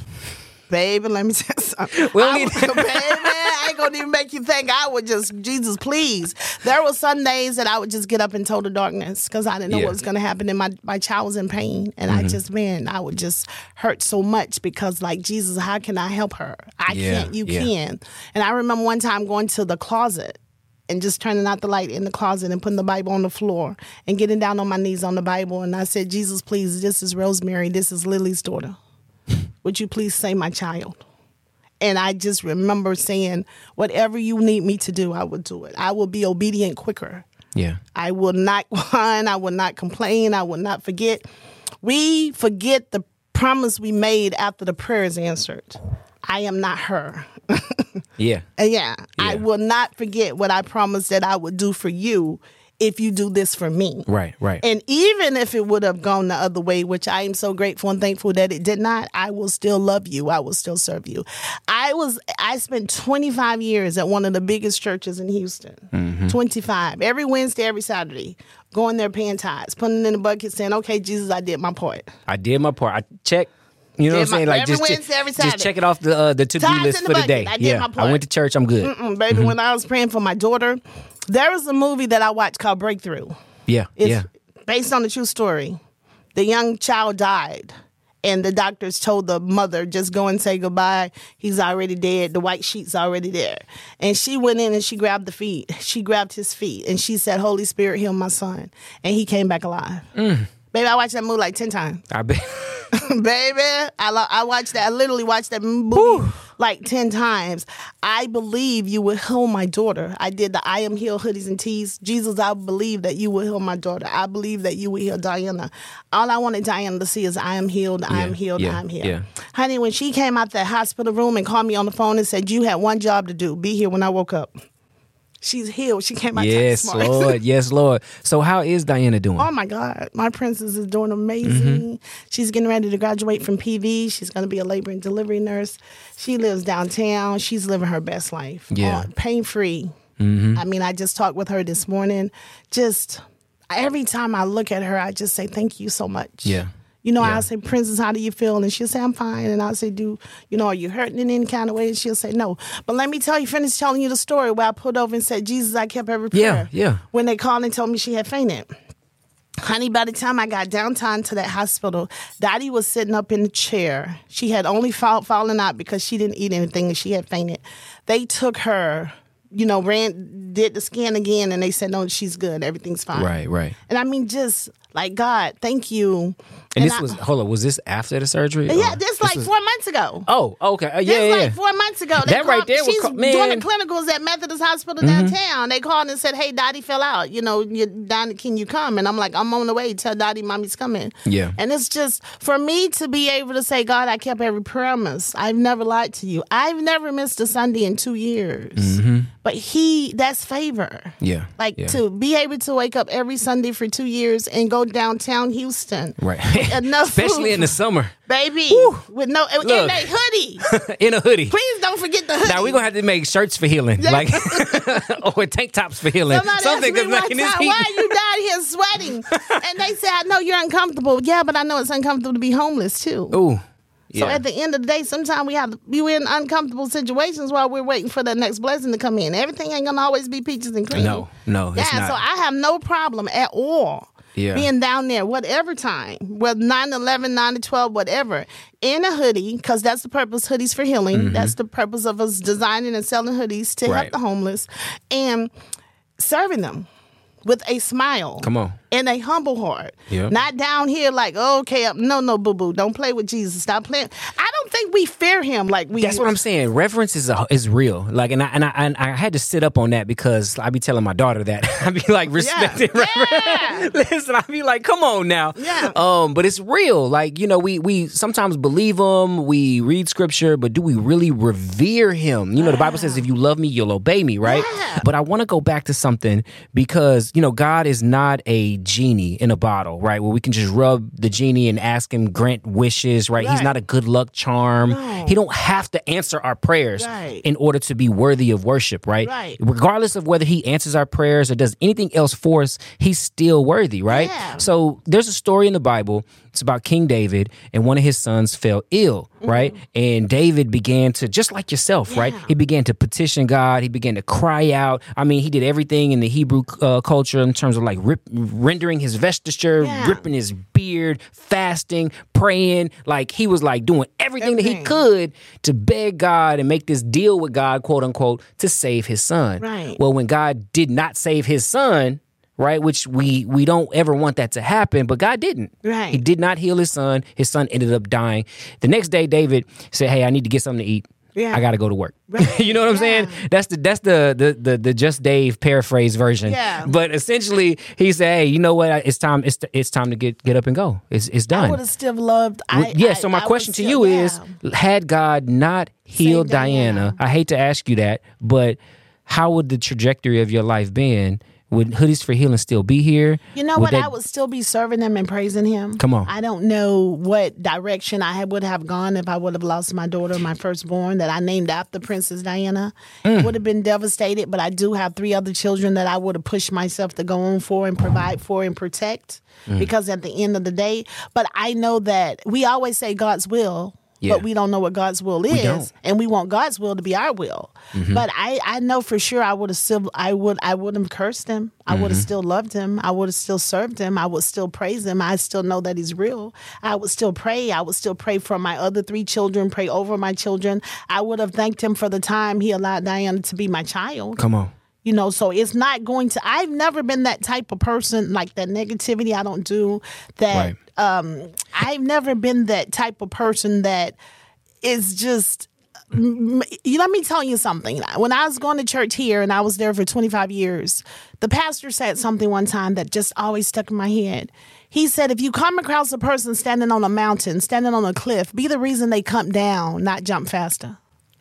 B: Baby, let me tell you something.
A: We don't
B: I
A: need-
B: would- baby, I ain't gonna even make you think. I would just, Jesus, please. There were some days that I would just get up in total darkness because I didn't know
A: Yeah.
B: what was gonna happen, and my my child was in pain, and I just, man, I would just hurt so much because, like, Jesus, how can I help her? I
A: Yeah,
B: can't. You
A: yeah.
B: can. And I remember one time going to the closet. And just turning out the light in the closet and putting the Bible on the floor and getting down on my knees on the Bible. And I said, Jesus, please, this is Rosemary. This is Lily's daughter would you please say my child? And I just remember saying, whatever you need me to do, I will do it. I will be obedient quicker.
A: Yeah.
B: I will not whine. I will not complain. I will not forget. We forget the promise we made after the prayer is answered. I am not her.
A: Yeah.
B: And yeah, I
A: Yeah.
B: will not forget what I promised that I would do for you if you do this for me.
A: Right, right.
B: And even if it would have gone the other way, which I am so grateful and thankful that it did not, I will still love you. I will still serve you. I was I spent 25 years at one of the biggest churches in Houston. 25. Every Wednesday, every Saturday, going there paying tithes, putting in the bucket saying, "Okay, Jesus, I did my part."
A: I did my part. I checked. You know what I'm
B: Did my-
A: saying? Like
B: every
A: just, check,
B: Wednesday, every
A: just
B: Saturday.
A: check it off the uh, the to do
B: Tithes
A: list
B: in the
A: for the
B: bucket.
A: day.
B: I did
A: yeah,
B: my
A: I
B: part.
A: went to church. I'm good.
B: Mm, Baby, when I was praying for my daughter, there was a movie that I watched called Breakthrough.
A: Yeah,
B: It's
A: yeah,
B: based on the true story. The young child died, and the doctors told the mother, just go and say goodbye. He's already dead. The white sheet's already there. And she went in and she grabbed the feet. She grabbed his feet and she said, Holy Spirit, heal my son. And he came back alive. Baby, I watched that movie like 10 times.
A: I bet.
B: Baby, I, lo- I watched that. I literally watched that movie like 10 times. I believe you will heal my daughter. I did the I Am Healed hoodies and tees. Jesus, I believe that you will heal my daughter. I believe that you will heal Diana. All I wanted Diana to see is I am healed, I am
A: Yeah,
B: healed,
A: yeah,
B: I am healed.
A: yeah.
B: Honey, when she came out that hospital room and called me on the phone and said, You had one job to do, be here when I woke up. She's healed. She came out
A: yes,
B: smart.
A: Lord. Yes, Lord. So how is Diana doing?
B: Oh my God, my princess is doing amazing.
A: Mm-hmm.
B: She's getting ready to graduate from PV. She's going to be a labor and delivery nurse. She lives downtown. She's living her best life.
A: Yeah. Mm-hmm.
B: pain free. I mean, I just talked with her this morning. Just every time I look at her, I just say, thank you so much.
A: Yeah.
B: You know,
A: Yeah.
B: I'll say, Princess, how do you feel? And she'll say, I'm fine. And I'll say, Do you know, are you hurting in any kind of way? And she'll say, No. But let me tell you, finish telling you the story where I pulled over and said, Jesus, I kept every
A: Yeah,
B: prayer.
A: yeah.
B: When they called and told me she had fainted. Honey, by the time I got downtown to that hospital, Dottie was sitting up in the chair. She had only fall, fallen out because she didn't eat anything and she had fainted. They took her you know, ran did the scan again, and they said no, she's good, everything's fine.
A: Right, right.
B: And I mean, just like God, thank you.
A: And, this
B: I-
A: was hold on, was this after the surgery?
B: yeah,
A: or-
B: this like
A: was-
B: four months ago.
A: Oh, okay. Uh,
B: This
A: yeah, yeah.
B: like four months ago. They
A: That right
B: called-
A: there would
B: She's
A: call- man. Mm-hmm.
B: doing the clinicals at Methodist Hospital downtown. They called and said, "Hey, Dottie fell out. You know, you, Donnie, can you come?" And I'm like, "I'm on the way. Tell Dottie, mommy's coming."
A: Yeah.
B: And it's just for me to be able to say, "God, I kept every promise. I've never lied to you. I've never missed a Sunday in two years." But He, that's favor.
A: yeah.
B: Like
A: Mm-hmm. yeah.
B: to be able to wake up every Sunday for two years and go downtown Houston,
A: Right.
B: Enough
A: Especially
B: food.
A: in the summer.
B: baby, with no in
A: Look.
B: a hoodie.
A: in a hoodie.
B: Please don't forget the hoodie.
A: Now we're gonna have to make shirts for healing. Like or tank tops for healing.
B: Somebody
A: Something
B: asked me
A: like
B: one
A: in this
B: time,
A: heat.
B: why you down here sweating? and they said, I know you're uncomfortable. Yeah, but I know it's uncomfortable to be homeless too.
A: Ooh.
B: So
A: Yeah.
B: at the end of the day, sometimes we have we we're in uncomfortable situations while we're waiting for the next blessing to come in. Everything ain't gonna always be peaches and cream.
A: No, no,
B: Yeah,
A: Oh, it's not.
B: so I have no problem at all
A: Yeah.
B: being down there, whatever time, well, 9 11, 9 to 12, whatever, in a hoodie, because that's the purpose, hoodies for healing. That's the purpose of us designing and selling hoodies to
A: Mm-hmm. Right.
B: help the homeless and serving them with a smile.
A: Come on.
B: And a humble heart.
A: Yeah.
B: Not down here like, oh, okay, up- no, no, boo boo. Don't play with Jesus. Stop playing. I don't think we fear him like we
A: That's what I'm saying. Reverence is a, is real. Like, and I, and I and I had to sit up on that because I be telling my daughter that I be like respecting
B: Yeah.
A: reverence. Listen, I be like, come on now.
B: Yeah.
A: Um, but it's real. Like you know, we we sometimes believe him. We read scripture, but do we really revere him? You know, the Bible says, "If you love me, you'll obey me." Right.
B: Yeah.
A: But I want to go back to something because you know God is not a genie in a bottle, right? Where we can just rub the genie and ask him grant wishes, right? He's
B: Right.
A: not a good luck charm.
B: No.
A: He don't have to answer our prayers
B: Right.
A: in order to be worthy of worship, right?
B: Right.
A: Regardless of whether he answers our prayers or does anything else for us, he's still worthy, right?
B: Yeah.
A: So there's a story in the Bible. It's about King David and one of his sons fell ill,
B: Mm-hmm.
A: right? And David began to just like yourself, right? He began to petition God. He began to cry out. I mean, he did everything in the Hebrew uh, culture in terms of like rip, rendering his vesture,
B: Yeah.
A: ripping his beard, fasting, praying. Like he was like doing everything, that he
B: Everything.
A: could to beg God and make this deal with God, quote unquote, to save his son.
B: Right.
A: Well, when God did not save his son, right, which we we don't ever want that to happen, but God didn't.
B: Right.
A: He did not heal his son. His son ended up dying. The next day, David said, "Hey, I need to get something to eat.
B: Yeah.
A: I got to go to work." you know what I'm saying?
B: Yeah.
A: That's the that's the the the, the just Dave paraphrase version.
B: Yeah.
A: But essentially, he said, "Hey, you know what? I- It's time. It's it's time to get get up and go. It's it's
B: I
A: done."
B: would have still loved. I,
A: yeah,
B: I-
A: so my
B: I would
A: question to
B: still-
A: you
B: yeah.
A: is had God not healed
B: Saved Diana.
A: Diana, I hate to ask you that, but how would the trajectory of your life been? Would Hoodies for Healing still be here?
B: You know
A: Would
B: what?
A: that-
B: I would still be serving him and praising him.
A: Come on.
B: I don't know what direction I had- would have gone if I would have lost my daughter, my firstborn, that I named after Princess Diana.
A: Mm.
B: Would have been devastated, but I do have three other children that I would have pushed myself to go on for and provide for and protect.
A: Mm.
B: Because at the end of the day, but I know that we always say God's will.
A: Yeah.
B: But we don't know what God's will is,
A: don't.
B: and we want God's will to be our will. But I, I know for sure I would have still, I would, I would have cursed him. I would have still loved him. I would have still served him. I would still praise him. I still know that he's real. I would still pray. I would still pray for my other three children. Pray over my children. I would have thanked him for the time he allowed Diana to be my child
A: Come on.
B: you know so it's not going to i've never been that type of person like that negativity i don't do that um i've never been that type of person that is just m- you let me tell you something when i was going to church here and i was there for 25 years the pastor said something one time that just always stuck in my head he said if you come across a person standing on a mountain standing on a cliff be the reason they come down not jump faster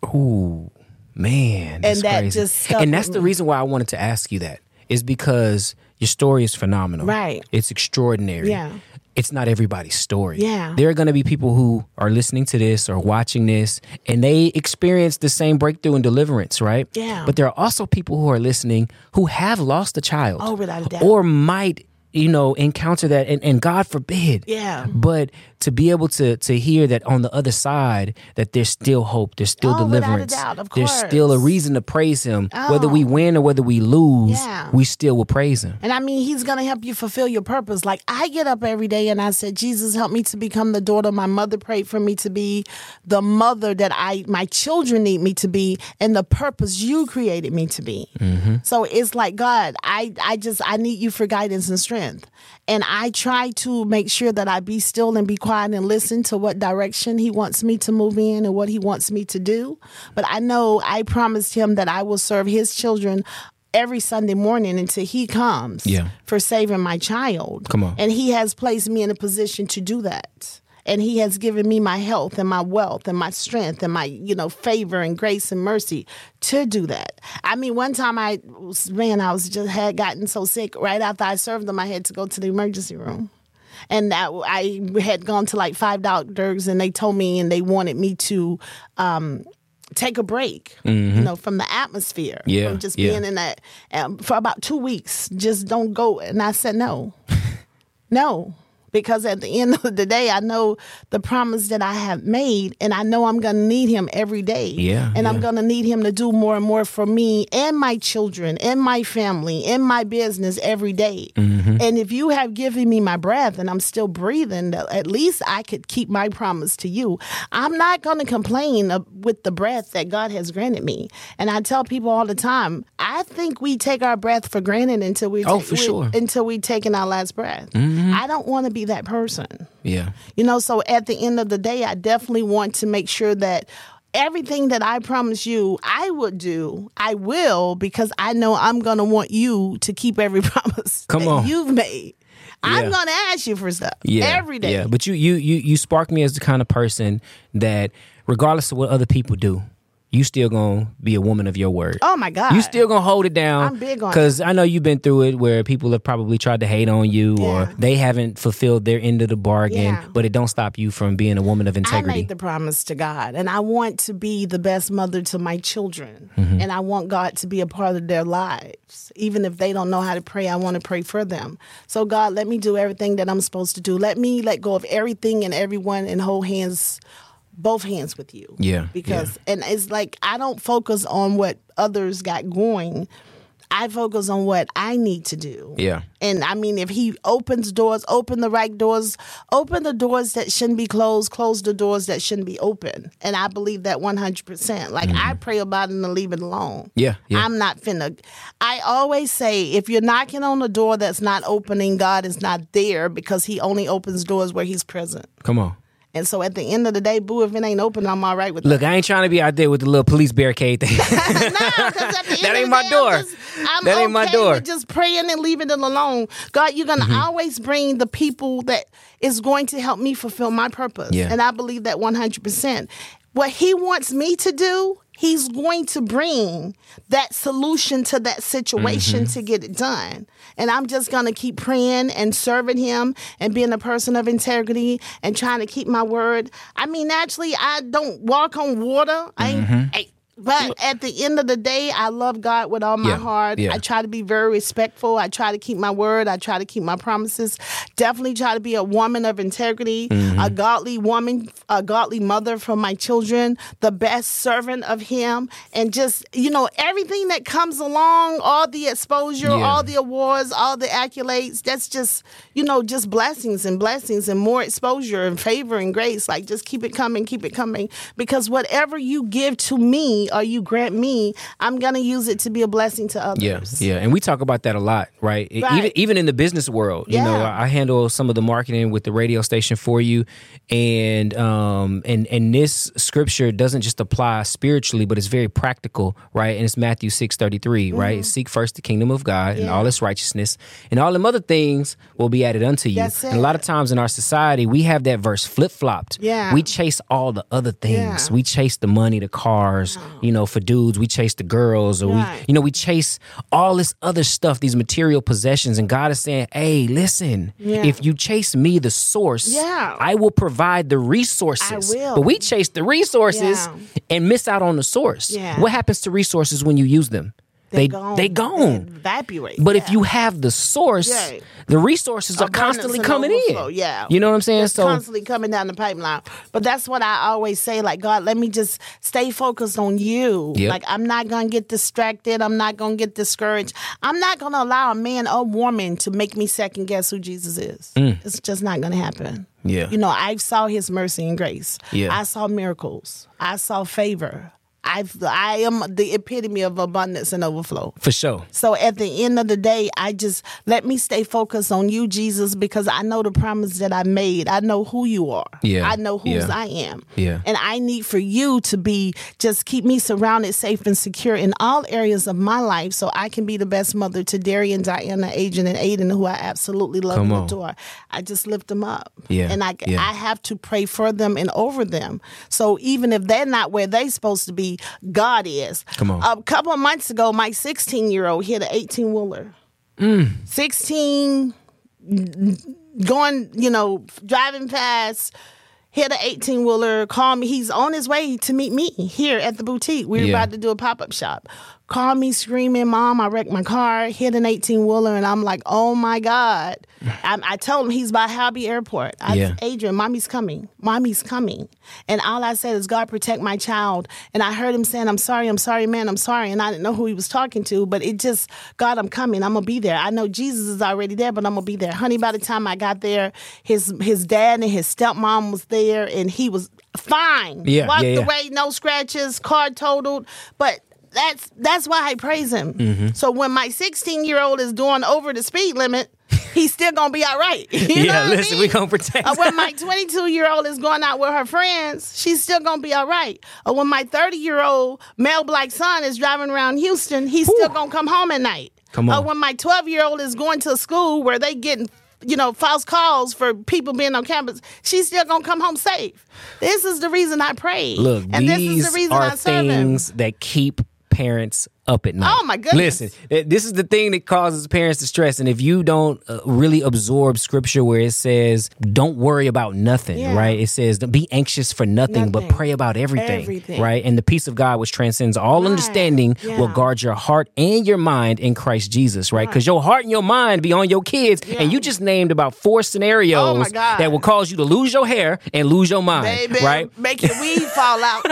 A: Ooh, man. That's
B: that
A: crazy.
B: just stuck
A: and that's
B: with
A: the reason why I wanted to ask you that is because your story is phenomenal.
B: Right.
A: It's extraordinary.
B: Yeah.
A: It's not everybody's story.
B: Yeah.
A: There are going to be people who are listening to this or watching this and they experience the same breakthrough and deliverance, right?
B: Yeah.
A: But there are also people who are listening who have lost a child.
B: Oh, without a doubt.
A: Or might, you know, encounter that and, and God forbid.
B: Yeah.
A: But to be able to to hear that on the other side that there's still hope, there's still
B: Oh, without a
A: deliverance,
B: doubt, of
A: there's still a
B: course.
A: reason to praise Him. Whether
B: Oh.
A: we win or whether we lose,
B: Yeah.
A: we still will praise Him.
B: And I mean, he's going to help you fulfill your purpose. Like, I get up every day and I said, Jesus, help me to become the daughter my mother prayed for me to be, the mother that I my children need me to be, and the purpose you created me to be. So it's like, God, I, I just, I need you for guidance and strength. And I try to make sure that I be still and be quiet and listen to what direction he wants me to move in and what he wants me to do. But I know I promised him that I will serve his children every Sunday morning until he comes
A: Yeah.
B: for saving my child.
A: Come on.
B: And he has placed me in a position to do that. And he has given me my health and my wealth and my strength and my, you know, favor and grace and mercy to do that. I mean, one time I was, man, I was just had gotten so sick right after I served them, I had to go to the emergency room. And I, I had gone to like five doctors and they told me and they wanted me to um, take a break, you know, from the atmosphere.
A: Mm-hmm. Yeah,
B: From just
A: yeah.
B: being in that um, for about two weeks. Just don't go. And I said, no, no. Because at the end of the day, I know the promise that I have made, and I know I'm going to need him every day.
A: Yeah,
B: And I'm
A: yeah.
B: going to need him to do more and more for me and my children and my family and my business every day.
A: Mm-hmm.
B: And if you have given me my breath and I'm still breathing, at least I could keep my promise to you. I'm not going to complain of- with the breath that God has granted me. And I tell people all the time, I think we take our breath for granted until we
A: Oh,
B: take-
A: for
B: we-
A: sure. Mm-hmm.
B: until we taken our last breath. I don't want to be that person.
A: Yeah.
B: You know, so at the end of the day, I definitely want to make sure that everything that I promise you I would do, I will because I know I'm going to want you to keep every promise
A: Come
B: that
A: on.
B: you've made.
A: Yeah.
B: I'm going to ask you for stuff every day.
A: Yeah, but you you you you spark me as the kind of person that, regardless of what other people do, you still gonna be a woman of your word.
B: Oh my God.
A: You still gonna hold it down.
B: I'm big on it.
A: because I know you've been through it where people have probably tried to hate on you or
B: Yeah.
A: they haven't fulfilled their end of the bargain,
B: Yeah.
A: but it don't stop you from being a woman of
B: I
A: integrity.
B: made the promise to God, and I want to be the best mother to my children,
A: Mm-hmm.
B: and I want God to be a part of their lives. Even if they don't know how to pray, I want to pray for them. So, God, let me do everything that I'm supposed to do. Let me let go of everything and everyone and hold hands. Both hands with you.
A: Yeah,
B: Because, and it's like I don't focus on what others got going. I focus on what I need to do.
A: Yeah.
B: And I mean, if he opens doors, open the right doors, open the doors that shouldn't be closed, close the doors that shouldn't be open. And I believe that 100%. Like, I pray about it and leave it alone.
A: Mm. Yeah, yeah.
B: I'm not finna. I always say if you're knocking on a door that's not opening, God is not there because he only opens doors where he's present.
A: Come on.
B: And so at the end of the day, boo, if it ain't open, I'm all right with
A: Look, I ain't trying to be out there with the little police barricade thing.
B: no, 'cause at the end
A: That
B: of
A: ain't
B: the
A: my
B: day,
A: door.
B: I'm just, I'm
A: That ain't my
B: okay
A: door.
B: With just praying and leaving it alone. God, you're
A: Mm-hmm.
B: gonna always bring the people that is going to help me fulfill my purpose,
A: Yeah.
B: and I believe that 100. percent What He wants me to do, He's going to bring that solution to that situation
A: Mm-hmm.
B: to get it done. And I'm just gonna keep praying and serving Him and being a person of integrity and trying to keep my word. I mean, naturally, I don't walk on water. I ain't.
A: Mm-hmm.
B: I- but at the end of the day, I love God with all my
A: Yeah,
B: heart.
A: yeah.
B: I try to be very respectful. I try to keep my word. I try to keep my promises. Definitely try to be a woman of integrity, a godly woman, a godly mother for my children, the best servant of Him, and just, you know, everything that comes along, all the exposure,
A: Yeah.
B: all the awards, all the accolades. That's just, you know, just blessings and blessings and more exposure and favor and grace. Like, just keep it coming, keep it coming. Because whatever you give to me or you grant me, I'm going to use it to be a blessing to others.
A: Yeah, yeah, and we talk about that a lot, right? E-
B: Right.
A: Even even in the business world, you know,
B: Yeah.
A: I I handle some of the marketing with the radio station for you, and um, and and this scripture doesn't just apply spiritually, but it's very practical, right? And it's Matthew six thirty three,
B: Mm-hmm.
A: right? Seek first the kingdom of God and all its righteousness, and all them other things will be added unto you.
B: That's
A: And a lot
B: it.
A: of times in our society, we have that verse flip flopped.
B: Yeah.
A: we chase all the other things.
B: Yeah. Oh.
A: We chase the money, the cars, you know, for dudes. We chase the girls, or we,
B: Right.
A: you know, we chase all this other stuff, these material possessions, and God is saying, "Hey, listen,
B: Yeah.
A: if you chase me, the source,
B: Yeah.
A: I will provide the resources."
B: I will.
A: But we chase the resources
B: Yeah.
A: and miss out on the source.
B: Yeah.
A: What happens to resources when you use them? They
B: gone.
A: they gone.
B: Evaporate.
A: But if
B: Yeah.
A: you have the source,
B: Right.
A: the resources are
B: Abundance
A: constantly
B: and
A: coming
B: overflow,
A: in.
B: yeah.
A: You know what I'm saying?
B: It's
A: so
B: constantly coming down the pipeline. But that's what I always say, like, God, let me just stay focused on you.
A: Yep.
B: Like I'm not gonna get distracted. I'm not gonna get discouraged. I'm not gonna allow a man or woman to make me second guess who Jesus is. It's just not gonna happen.
A: Mm. Yeah.
B: You know, I saw his mercy and grace.
A: Yeah.
B: I saw miracles. I saw favor. I've, I am the epitome of abundance and overflow.
A: for sure.
B: So at the end of the day, I just let me stay focused on you, Jesus, because I know the promise that I made. I know who you are.
A: Yeah,
B: I know whose
A: yeah.
B: I am.
A: Yeah.
B: And I need for you to be just keep me surrounded, safe, and secure in all areas of my life so I can be the best mother to Darian, Diana, Adrian, and Aiden, who I absolutely love
A: Come
B: and
A: on.
B: adore. I just lift them up.
A: Yeah,
B: And I
A: yeah.
B: I have to pray for them and over them. So even if they're not where they supposed to be, God is.
A: Come on.
B: A couple of months ago, my 16 year old hit an 18 wheeler.
A: Mm.
B: 16, going, you know, driving fast, hit an 18 wheeler, called me. He's on his way to meet me here at the boutique. We were
A: Yeah.
B: about to do a pop up shop. Called me screaming, Mom, I wrecked my car, hit an 18 wheeler. And I'm like, oh my God. I, I told him he's by Hobby Airport. I
A: Yeah.
B: Adrian, mommy's coming. Mommy's coming. And all I said is, God protect my child. And I heard him saying, I'm sorry, I'm sorry, man, I'm sorry. And I didn't know who he was talking to, but it just, God, I'm coming. I'm gonna be there. I know Jesus is already there, but I'm gonna be there. Honey, by the time I got there, his his dad and his stepmom was there and he was fine.
A: Yeah,
B: Walked
A: yeah, yeah.
B: away, no scratches, car totaled. But that's that's why I praise him.
A: Mm-hmm.
B: So when my 16 year old is doing over the speed limit, he's still gonna be all right. You know
A: yeah,
B: what I
A: listen,
B: mean?
A: we gonna protect.
B: Uh, when my 22 year old is going out with her friends, she's still gonna be all right. Or when my 30 year old male black son is driving around Houston, he's still
A: Whew.
B: gonna come home at night.
A: Come on.
B: Or when my 12 year old is going to a school where they getting you know false calls for people being on campus, she's still gonna come home safe. This is the reason I pray.
A: Look,
B: and this
A: these
B: is the reason
A: are
B: I serve him.
A: things that keep parents up at night.
B: Oh, my goodness.
A: Listen, th- this is the thing that causes parents to stress, and if you don't uh, really absorb scripture where it says, "Don't worry about nothing,"
B: Yeah.
A: right? It says, "Don't "Be anxious for nothing, but
B: Nothing.
A: pray about everything,
B: Everything.
A: right?" And the peace of God, which transcends all understanding, will
B: Yeah.
A: guard your heart and your mind in Christ Jesus, right? Because your heart and your mind be on your kids, and you just named about four scenarios
B: Oh, God.
A: that will cause you to lose your hair and lose your mind,
B: Baby,
A: right?
B: make your weed fall out.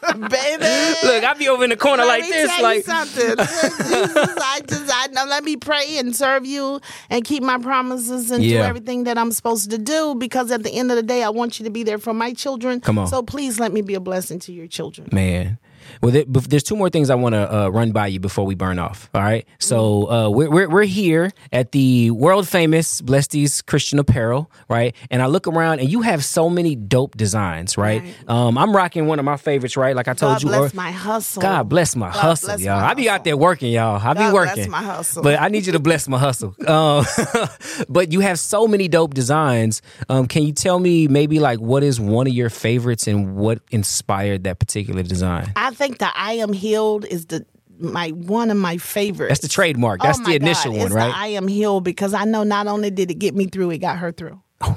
B: Baby.
A: Look, I be over in the corner
B: Let
A: like
B: me
A: this,
B: tell
A: like
B: you something. Jesus, I just, I know. Let me pray and serve you, and keep my promises and do
A: Yeah.
B: everything that I'm supposed to do. Because at the end of the day, I want you to be there for my children.
A: Come on.
B: So please let me be a blessing to your children.
A: man. Well, there, bef- there's two more things I want to uh, run by you before we burn off. All right, so
B: Mm.
A: uh, we're, we're we're here at the world famous Blesties Christian Apparel, right? And I look around, and you have so many dope designs, right? Um, I'm rocking one of my favorites, right? Like I told
B: God
A: you,
B: bless
A: ear-
B: my hustle.
A: God bless my hustle,
B: bless
A: y'all.
B: my
A: I be out
B: hustle.
A: there working, y'all. I be
B: God
A: working.
B: bless my hustle.
A: But I need you to bless my hustle. Um, but you have so many dope designs. Um, can you tell me maybe like what is one of your favorites and what inspired that particular design?
B: I think the I am healed is the my one of my favorites.
A: That's the trademark. That's
B: oh my
A: the initial
B: God,
A: one,
B: it's
A: right?
B: The I am healed because I know not only did it get me through, it got her through.
A: Oh.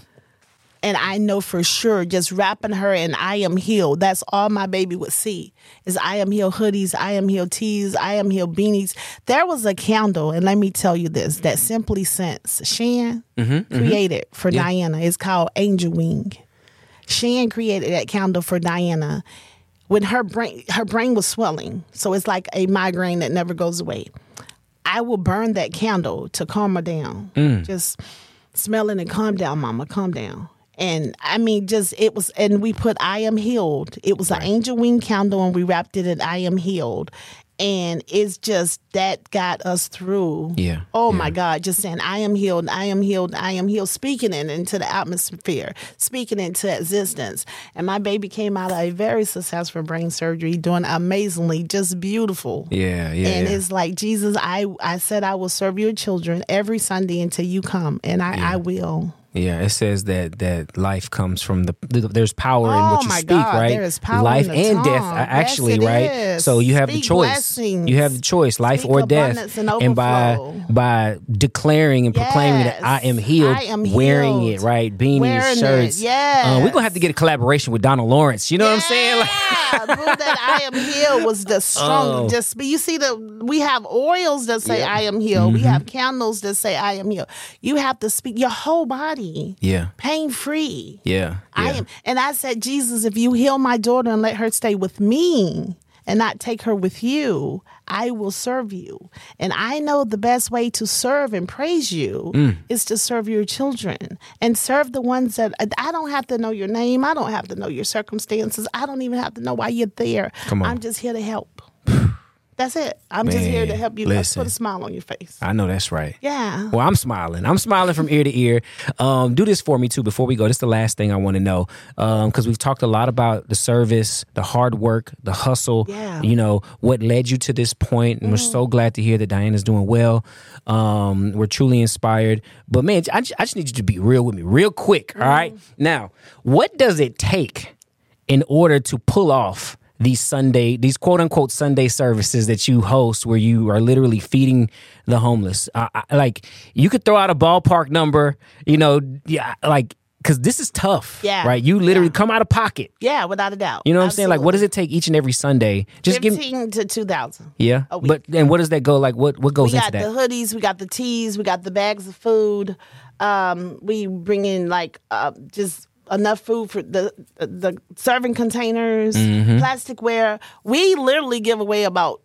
B: And I know for sure, just wrapping her in I am healed. That's all my baby would see is I am healed hoodies, I am healed tees, I am healed beanies. There was a candle, and let me tell you this, that Simply Sense Shan
A: Mm-hmm,
B: created for Diana. It's called Angel Wing. Shan created that candle for Diana when her brain her brain was swelling. So it's like a migraine that never goes away. I will burn that candle to calm her down. Just smelling and calm down, mama, calm down. And I mean, just it was, and we put I am healed. It was an angel wing candle, and we wrapped it in I am healed. And it's just that got us through.
A: Yeah,
B: Oh
A: yeah.
B: my God. Just saying, I am healed, I am healed, I am healed, speaking it into the atmosphere, speaking it into existence. And my baby came out of a very successful brain surgery, doing amazingly, just beautiful.
A: yeah, yeah.
B: And
A: yeah.
B: it's like Jesus, I I said I will serve your children every Sunday until you come, and I I will.
A: Yeah, it says that that life comes from the th- there's power in
B: Oh
A: what you
B: my
A: speak,
B: God,
A: right?
B: there is power in
A: life
B: the
A: and death,
B: tongue.
A: uh, actually,
B: Yes, it
A: right?
B: is.
A: So you have the
B: Speak
A: choice.
B: blessings.
A: You have the choice, life
B: Speak
A: or death,
B: abundance and
A: by
B: overflow.
A: by declaring and proclaiming that I am
B: Yes,
A: healed,
B: I am
A: wearing
B: healed.
A: it, right? Beanies,
B: Wearing it,
A: shirts. Um, we're gonna have to
B: yes.
A: get a collaboration with Donna Lawrence. You know what I'm saying? Like,
B: Yeah, prove that I am healed was the strong.
A: Oh.
B: Just but you see the we have oils that say I am healed.
A: Mm-hmm.
B: We have candles that say I am healed. You have to speak your whole body,
A: yeah,
B: pain free.
A: yeah,
B: I
A: yeah.
B: am, and I said, Jesus, if you heal my daughter and let her stay with me and not take her with you, I will serve you. And I know the best way to serve and praise you
A: Mm.
B: is to serve your children and serve the ones that I don't have to know your name. I don't have to know your circumstances. I don't even have to know why you're there.
A: Come on.
B: I'm just here to help. That's it. I'm just here to
A: Man,
B: help you.
A: listen.
B: Put a smile on your face.
A: I know that's right.
B: Yeah.
A: Well, I'm smiling. I'm smiling from ear to ear. Um, do this for me too before we go. This is the last thing I want to know because we've talked a lot about the service, the hard work, the hustle.
B: Yeah.
A: You know what led you to this point, and we're
B: Mm-hmm.
A: so glad to hear that Diana's doing well. Um, we're truly inspired. But man, I just, I just need you to be real with me, real quick. All right.
B: Mm-hmm.
A: Now, what does it take in order to pull off? These Sunday, these quote unquote Sunday services that you host, where you are literally feeding the homeless. I, I, like you could throw out a ballpark number, you know, yeah, like because this is tough,
B: Yeah.
A: right? You literally come out of pocket.
B: Yeah, without a doubt.
A: You know what I'm saying? Like, what does it take each and every Sunday? Just give me,
B: 15 to 2,000.
A: yeah. But and what does that go like? What what goes
B: we
A: into
B: got
A: that?
B: the hoodies, we got the teas, we got the bags of food. Um, we bring in like uh, just enough food for the the serving containers,
A: Mm-hmm.
B: plasticware. We literally give away about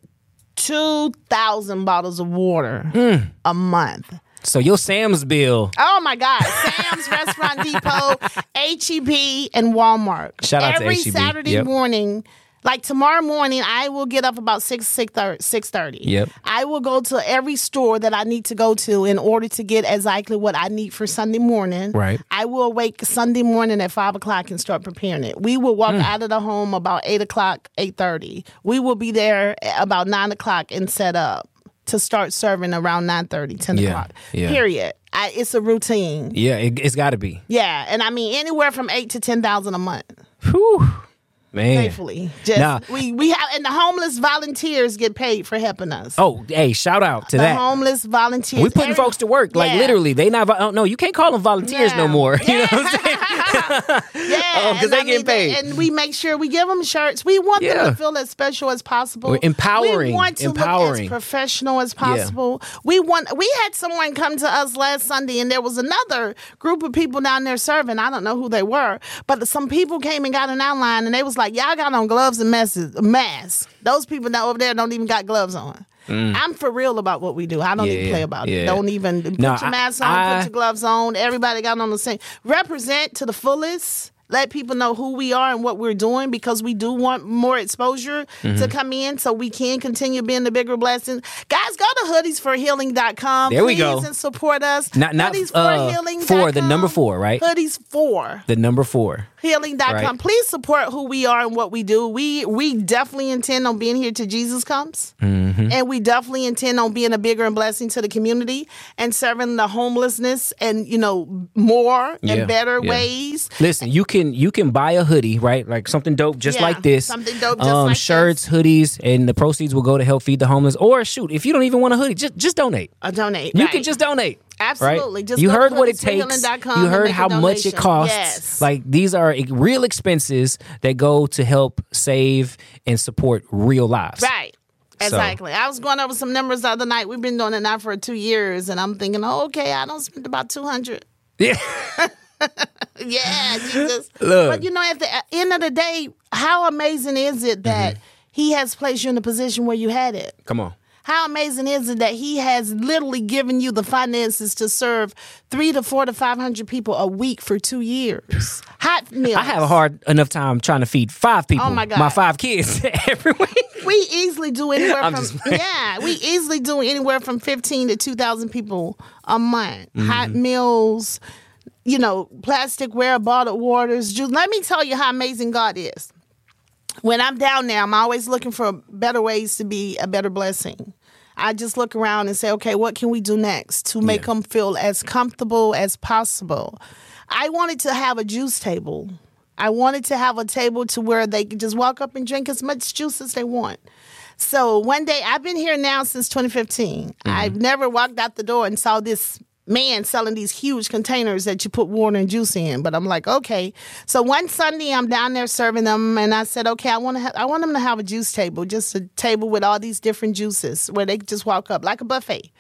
B: two thousand bottles of water
A: Mm.
B: a month.
A: so your Sam's bill.
B: Oh my God! Sam's Restaurant Depot, HEB, and Walmart.
A: Shout out to
B: every
A: H-E-B.
B: Saturday
A: Yep.
B: morning. Like tomorrow morning, I will get up about six six thirty. Six thirty.
A: Yep.
B: I will go to every store that I need to go to in order to get exactly what I need for Sunday morning.
A: Right.
B: I will wake Sunday morning at five o'clock and start preparing it. We will
A: Hmm.
B: walk out of the home about eight o'clock, eight thirty. We will be there about nine o'clock and set up to start serving around 9.30, 10
A: Yeah.
B: o'clock.
A: Yeah.
B: Period. I, it's a routine.
A: Yeah, it, it's got to be.
B: Yeah, and I mean anywhere from eight to ten thousand a month.
A: Whew. Man.
B: Thankfully, just
A: Nah.
B: we we have, and the homeless volunteers get paid for helping us.
A: Oh, hey, shout out to
B: the
A: that.
B: homeless volunteers.
A: We putting
B: every-
A: folks to work, like
B: Yeah.
A: literally. They not. vo- Oh, no, you can't call them volunteers no
B: Yeah.
A: more. You know what I'm saying?
B: Yeah,
A: Oh, 'cause
B: and
A: they
B: I
A: getting
B: mean, they-
A: paid.
B: and we make sure we give them shirts. We want them
A: Yeah.
B: to feel as special as possible.
A: We're empowering,
B: We want to look
A: empowering.
B: as professional as possible. We want. We had someone come to us last Sunday, and there was another group of people down there serving. I don't know who they were, but some people came and got in our line, and they was like, "Y'all got on gloves and messes, masks. Those people down over there don't even got gloves on." I'm for real about what we do. I don't even
A: Mm. Yeah,
B: play about
A: yeah.
B: it. Don't even put
A: No, I-
B: your mask on.
A: I-
B: put your gloves on. Everybody got on the same. Represent to the fullest. Let people know who we are and what we're doing because we do want more exposure
A: Mm-hmm.
B: to come in so we can continue being the bigger blessing. Guys, go to hoodiesforhealing.com.
A: There we
B: please,
A: go.
B: And support us.
A: Not- not, uh, for, the number four, right?
B: Hoodies for
A: The number four.
B: healing.com.
A: Right.
B: Please support who we are and what we do. We we definitely intend on being here till Jesus comes.
A: Mm-hmm.
B: And we definitely intend on being a bigger and blessing to the community and serving the homelessness and, you know, more
A: Yeah,
B: and better
A: yeah.
B: ways.
A: Listen, you can you can buy a hoodie, right? Like something dope, just
B: Yeah,
A: like this.
B: something dope just
A: um,
B: like
A: shirts, hoodies, and the proceeds will go to help feed the homeless. Or shoot, if you don't even want a hoodie, just just donate.
B: Uh, donate.
A: You
B: right.
A: can just donate. right?
B: Absolutely. Just
A: you
B: go to
A: heard what it takes.
B: hoodiesforhealing.com
A: You
B: and
A: heard
B: make a
A: how much it
B: donation.
A: costs.
B: Yes.
A: Like these are e- real expenses that go to help save and support real lives.
B: Right. Exactly. I was going over some numbers the other night. We've been doing it now for two years, and I'm thinking, oh, okay, I don't spend about 200
A: Yeah.
B: Yeah, Jesus.
A: Look.
B: But you know, at the end of the day, how amazing is it that
A: Mm-hmm.
B: He has placed you in a position where you had it?
A: Come on.
B: How amazing is it that He has literally given you the finances to serve three to four to five hundred people a week for two years? Hot meals.
A: I have a hard enough time trying to feed five people.
B: Oh my God.
A: five kids every week.
B: We easily do anywhere
A: I'm
B: from
A: just
B: yeah, we easily do anywhere from fifteen to two thousand people a month.
A: Mm-hmm.
B: Hot meals, you know, plasticware, bottled waters, juice. Let me tell you how amazing God is. When I'm down there, I'm always looking for better ways to be a better blessing. I just look around and say, okay, what can we do next to make them feel as comfortable as possible? I wanted to have a juice table. I wanted to have a table to where they could just walk up and drink as much juice as they want. So one day, I've been here now since 2015. I've never walked out the door and saw this man selling these huge containers that you put water and juice in. But I'm like, okay. So one Sunday, I'm down there serving them, and I said, okay, I want to, ha- I want them to have a juice table, just a table with all these different juices where they could just walk up like a buffet.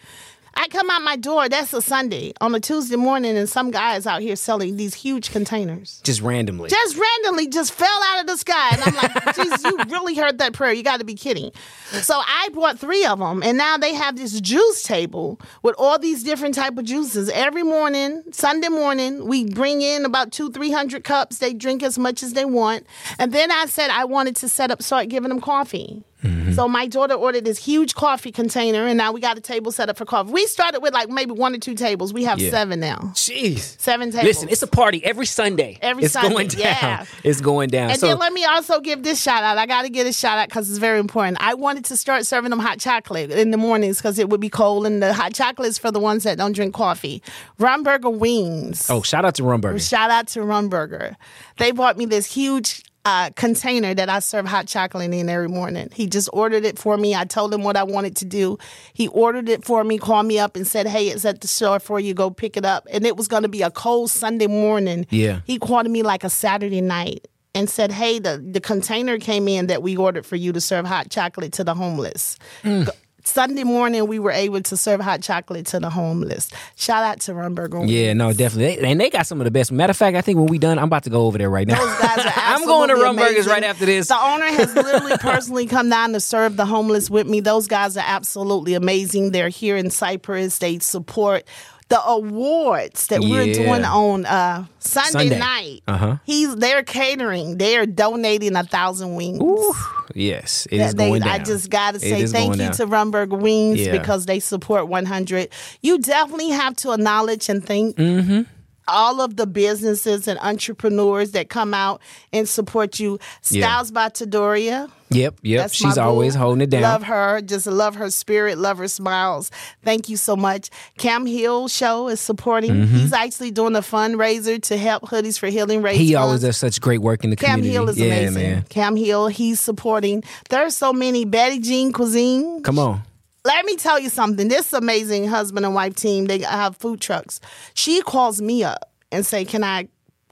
B: I come out my door. That's a Sunday on a Tuesday morning, and some guy is out here selling these huge containers
A: Just randomly.
B: just randomly just fell out of the sky. And I'm like, geez, you really heard that prayer. You got to be kidding. So I bought three of them. And now they have this juice table with all these different type of juices. Every morning, Sunday morning, we bring in about two, 300 cups. They drink as much as they want. And then I said I wanted to set up, start giving them coffee.
A: Mm-hmm.
B: So my daughter ordered this huge coffee container, and now we got a table set up for coffee. We started with like maybe one or two tables. We have
A: Yeah.
B: seven now.
A: Jeez.
B: Seven tables.
A: Listen, it's a party every Sunday.
B: Every
A: it's
B: Sunday,
A: going down.
B: yeah.
A: It's going down.
B: And
A: so
B: then let me also give this shout out. I got to get a shout out because it's very important. I wanted to start serving them hot chocolate in the mornings because it would be cold, and the hot chocolate is for the ones that don't drink coffee. Rumburger wings.
A: oh, shout out to Rumburger.
B: Shout out to Rumburger. They bought me this huge. Uh, container that I serve hot chocolate in every morning. He just ordered it for me. I told him what I wanted to do. He ordered it for me, called me up and said, Hey, it's at the store for you. Go pick it up. And it was going to be a cold Sunday morning.
A: Yeah.
B: He called me like a Saturday night and said, Hey, the, the container came in that we ordered for you to serve hot chocolate to the homeless.
A: Mm.
B: Go- Sunday morning, we were able to serve hot chocolate to the homeless. Shout out to Rumburger.
A: Yeah, no, definitely. They, and they got some of the best. Matter of fact, I think when we done, I'm about to go over there right now.
B: guys are
A: I'm going to
B: absolutely
A: Rumburgers
B: amazing.
A: right after this.
B: The owner has literally personally come down to serve the homeless with me. Those guys are absolutely amazing. They're here in Cyprus. They support the awards that we're
A: Yeah.
B: doing on uh, Sunday,
A: Sunday.
B: night.
A: Uh-huh.
B: He's they're catering. They are donating a thousand wings.
A: Yes, it is
B: They-
A: going down.
B: I just got to
A: It
B: say
A: is
B: thank
A: going
B: you
A: down.
B: to Rumburg Wings
A: Yeah.
B: because they support 100. You definitely have to acknowledge and thank
A: Mm-hmm.
B: all of the businesses and entrepreneurs that come out and support you.
A: Yeah.
B: Styles by Tadoria.
A: Yep, yep.
B: That's my
A: She's
B: boo.
A: always holding it down.
B: Love her. Just love her spirit. Love her smiles. Thank you so much. Cam Hill Show is supporting.
A: Mm-hmm.
B: He's actually doing a fundraiser to help Hoodies for Healing raise
A: He
B: funds.
A: always does such great work in the
B: Cam
A: community.
B: Hill is
A: yeah,
B: amazing.
A: man.
B: Cam Hill, he's supporting. There's so many Betty Jean Cuisine.
A: Come on.
B: Let me tell you something. This amazing husband and wife team, they have food trucks. She calls me up and say, "Can I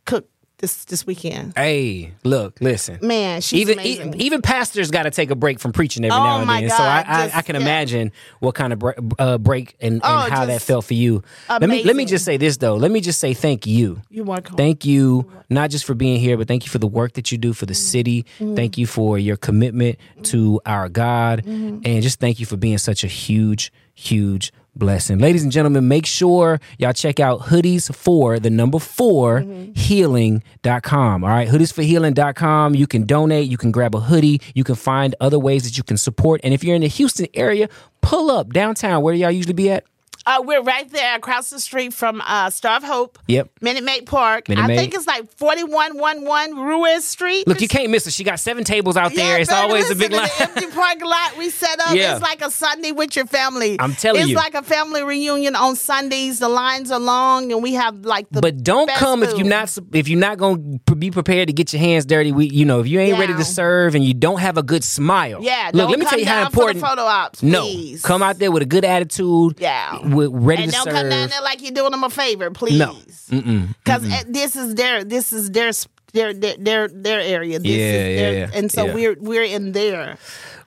B: cook this this weekend?"
A: Hey, look, listen.
B: Man, she's
A: even e-
B: amazing.
A: even, pastors got to take a break from preaching every
B: Oh
A: now and
B: my
A: then. so I,
B: God,
A: I,
B: just-
A: I can
B: yeah.
A: imagine what kind of break, uh, break and,
B: Oh,
A: and how that
B: just
A: felt for you. Let me let me
B: amazing.
A: just say this though. Let me just say thank you.
B: You're welcome.
A: Thank you, not just for being here, but thank you for the work that you do for the city.
B: Mm-hmm.
A: Thank you for your commitment to our God.
B: Mm-hmm.
A: And just thank you for being such a huge, huge blessing. Ladies and gentlemen, make sure y'all check out hoodies for the number 4
B: Mm-hmm.
A: healing.com. All right, hoodies for healing.com. You can donate, you can grab a hoodie, you can find other ways that you can support. And if you're in the Houston area, pull up downtown. Where do y'all usually be at?
B: Uh, we're right there across the street from uh, Star of Hope.
A: Yep.
B: Minute Maid Park.
A: Minute
B: I
A: Maid.
B: think it's like 4111 Ruiz Street.
A: Look, you can't miss it. She got seven tables out there. it's
B: baby,
A: always a
B: listen
A: big
B: to
A: line.
B: The empty parking lot we set up.
A: Yeah.
B: It's like a Sunday with your family.
A: I'm telling
B: it's
A: you.
B: It's like a family reunion on Sundays. The lines are long, and we have like the.
A: But don't
B: best
A: come if
B: food.
A: you're not sup- if you're not going to be prepared to get your hands dirty. We, you know, if you ain't ready
B: Yeah.
A: to serve and you don't have a good smile.
B: Yeah,
A: Look,
B: don't
A: let me tell
B: come
A: you how
B: down for the
A: important.
B: photo ops,
A: no,
B: please.
A: come out there with a good attitude.
B: Yeah.
A: with, ready
B: and
A: to
B: don't
A: serve.
B: come down there like you're doing them a favor, please.
A: No.
B: because eh, this is their this is their s- their their their, their area. This
A: Yeah,
B: is their,
A: yeah,
B: And so
A: yeah.
B: we're we're in there.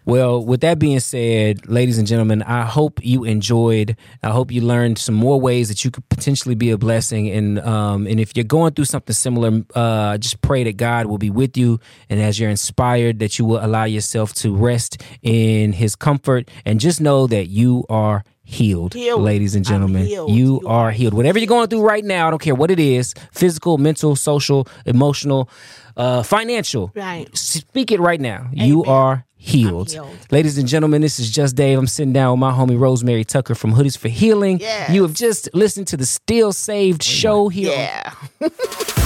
A: Well, with that being said, ladies and gentlemen, I hope you enjoyed. I hope you learned some more ways that you could potentially be a blessing. And um, and if you're going through something similar, uh, just pray that God will be with you, and as you're inspired, that you will allow yourself to rest in His comfort, and just know that you are healed,
B: Healed.
A: ladies and
B: I'm
A: gentlemen.
B: healed.
A: You
B: You
A: are healed. Whatever you're going through right now, I don't care what it is physical, mental, social, emotional, uh, financial.
B: Right.
A: Speak it right now. You are healed.
B: healed.
A: Ladies and gentlemen, this is Just Dave. I'm sitting down with my homie Rosemary Tucker from Hoodies for Healing.
B: Yes.
A: You have just listened to the Still Saved show here on
B: Yeah.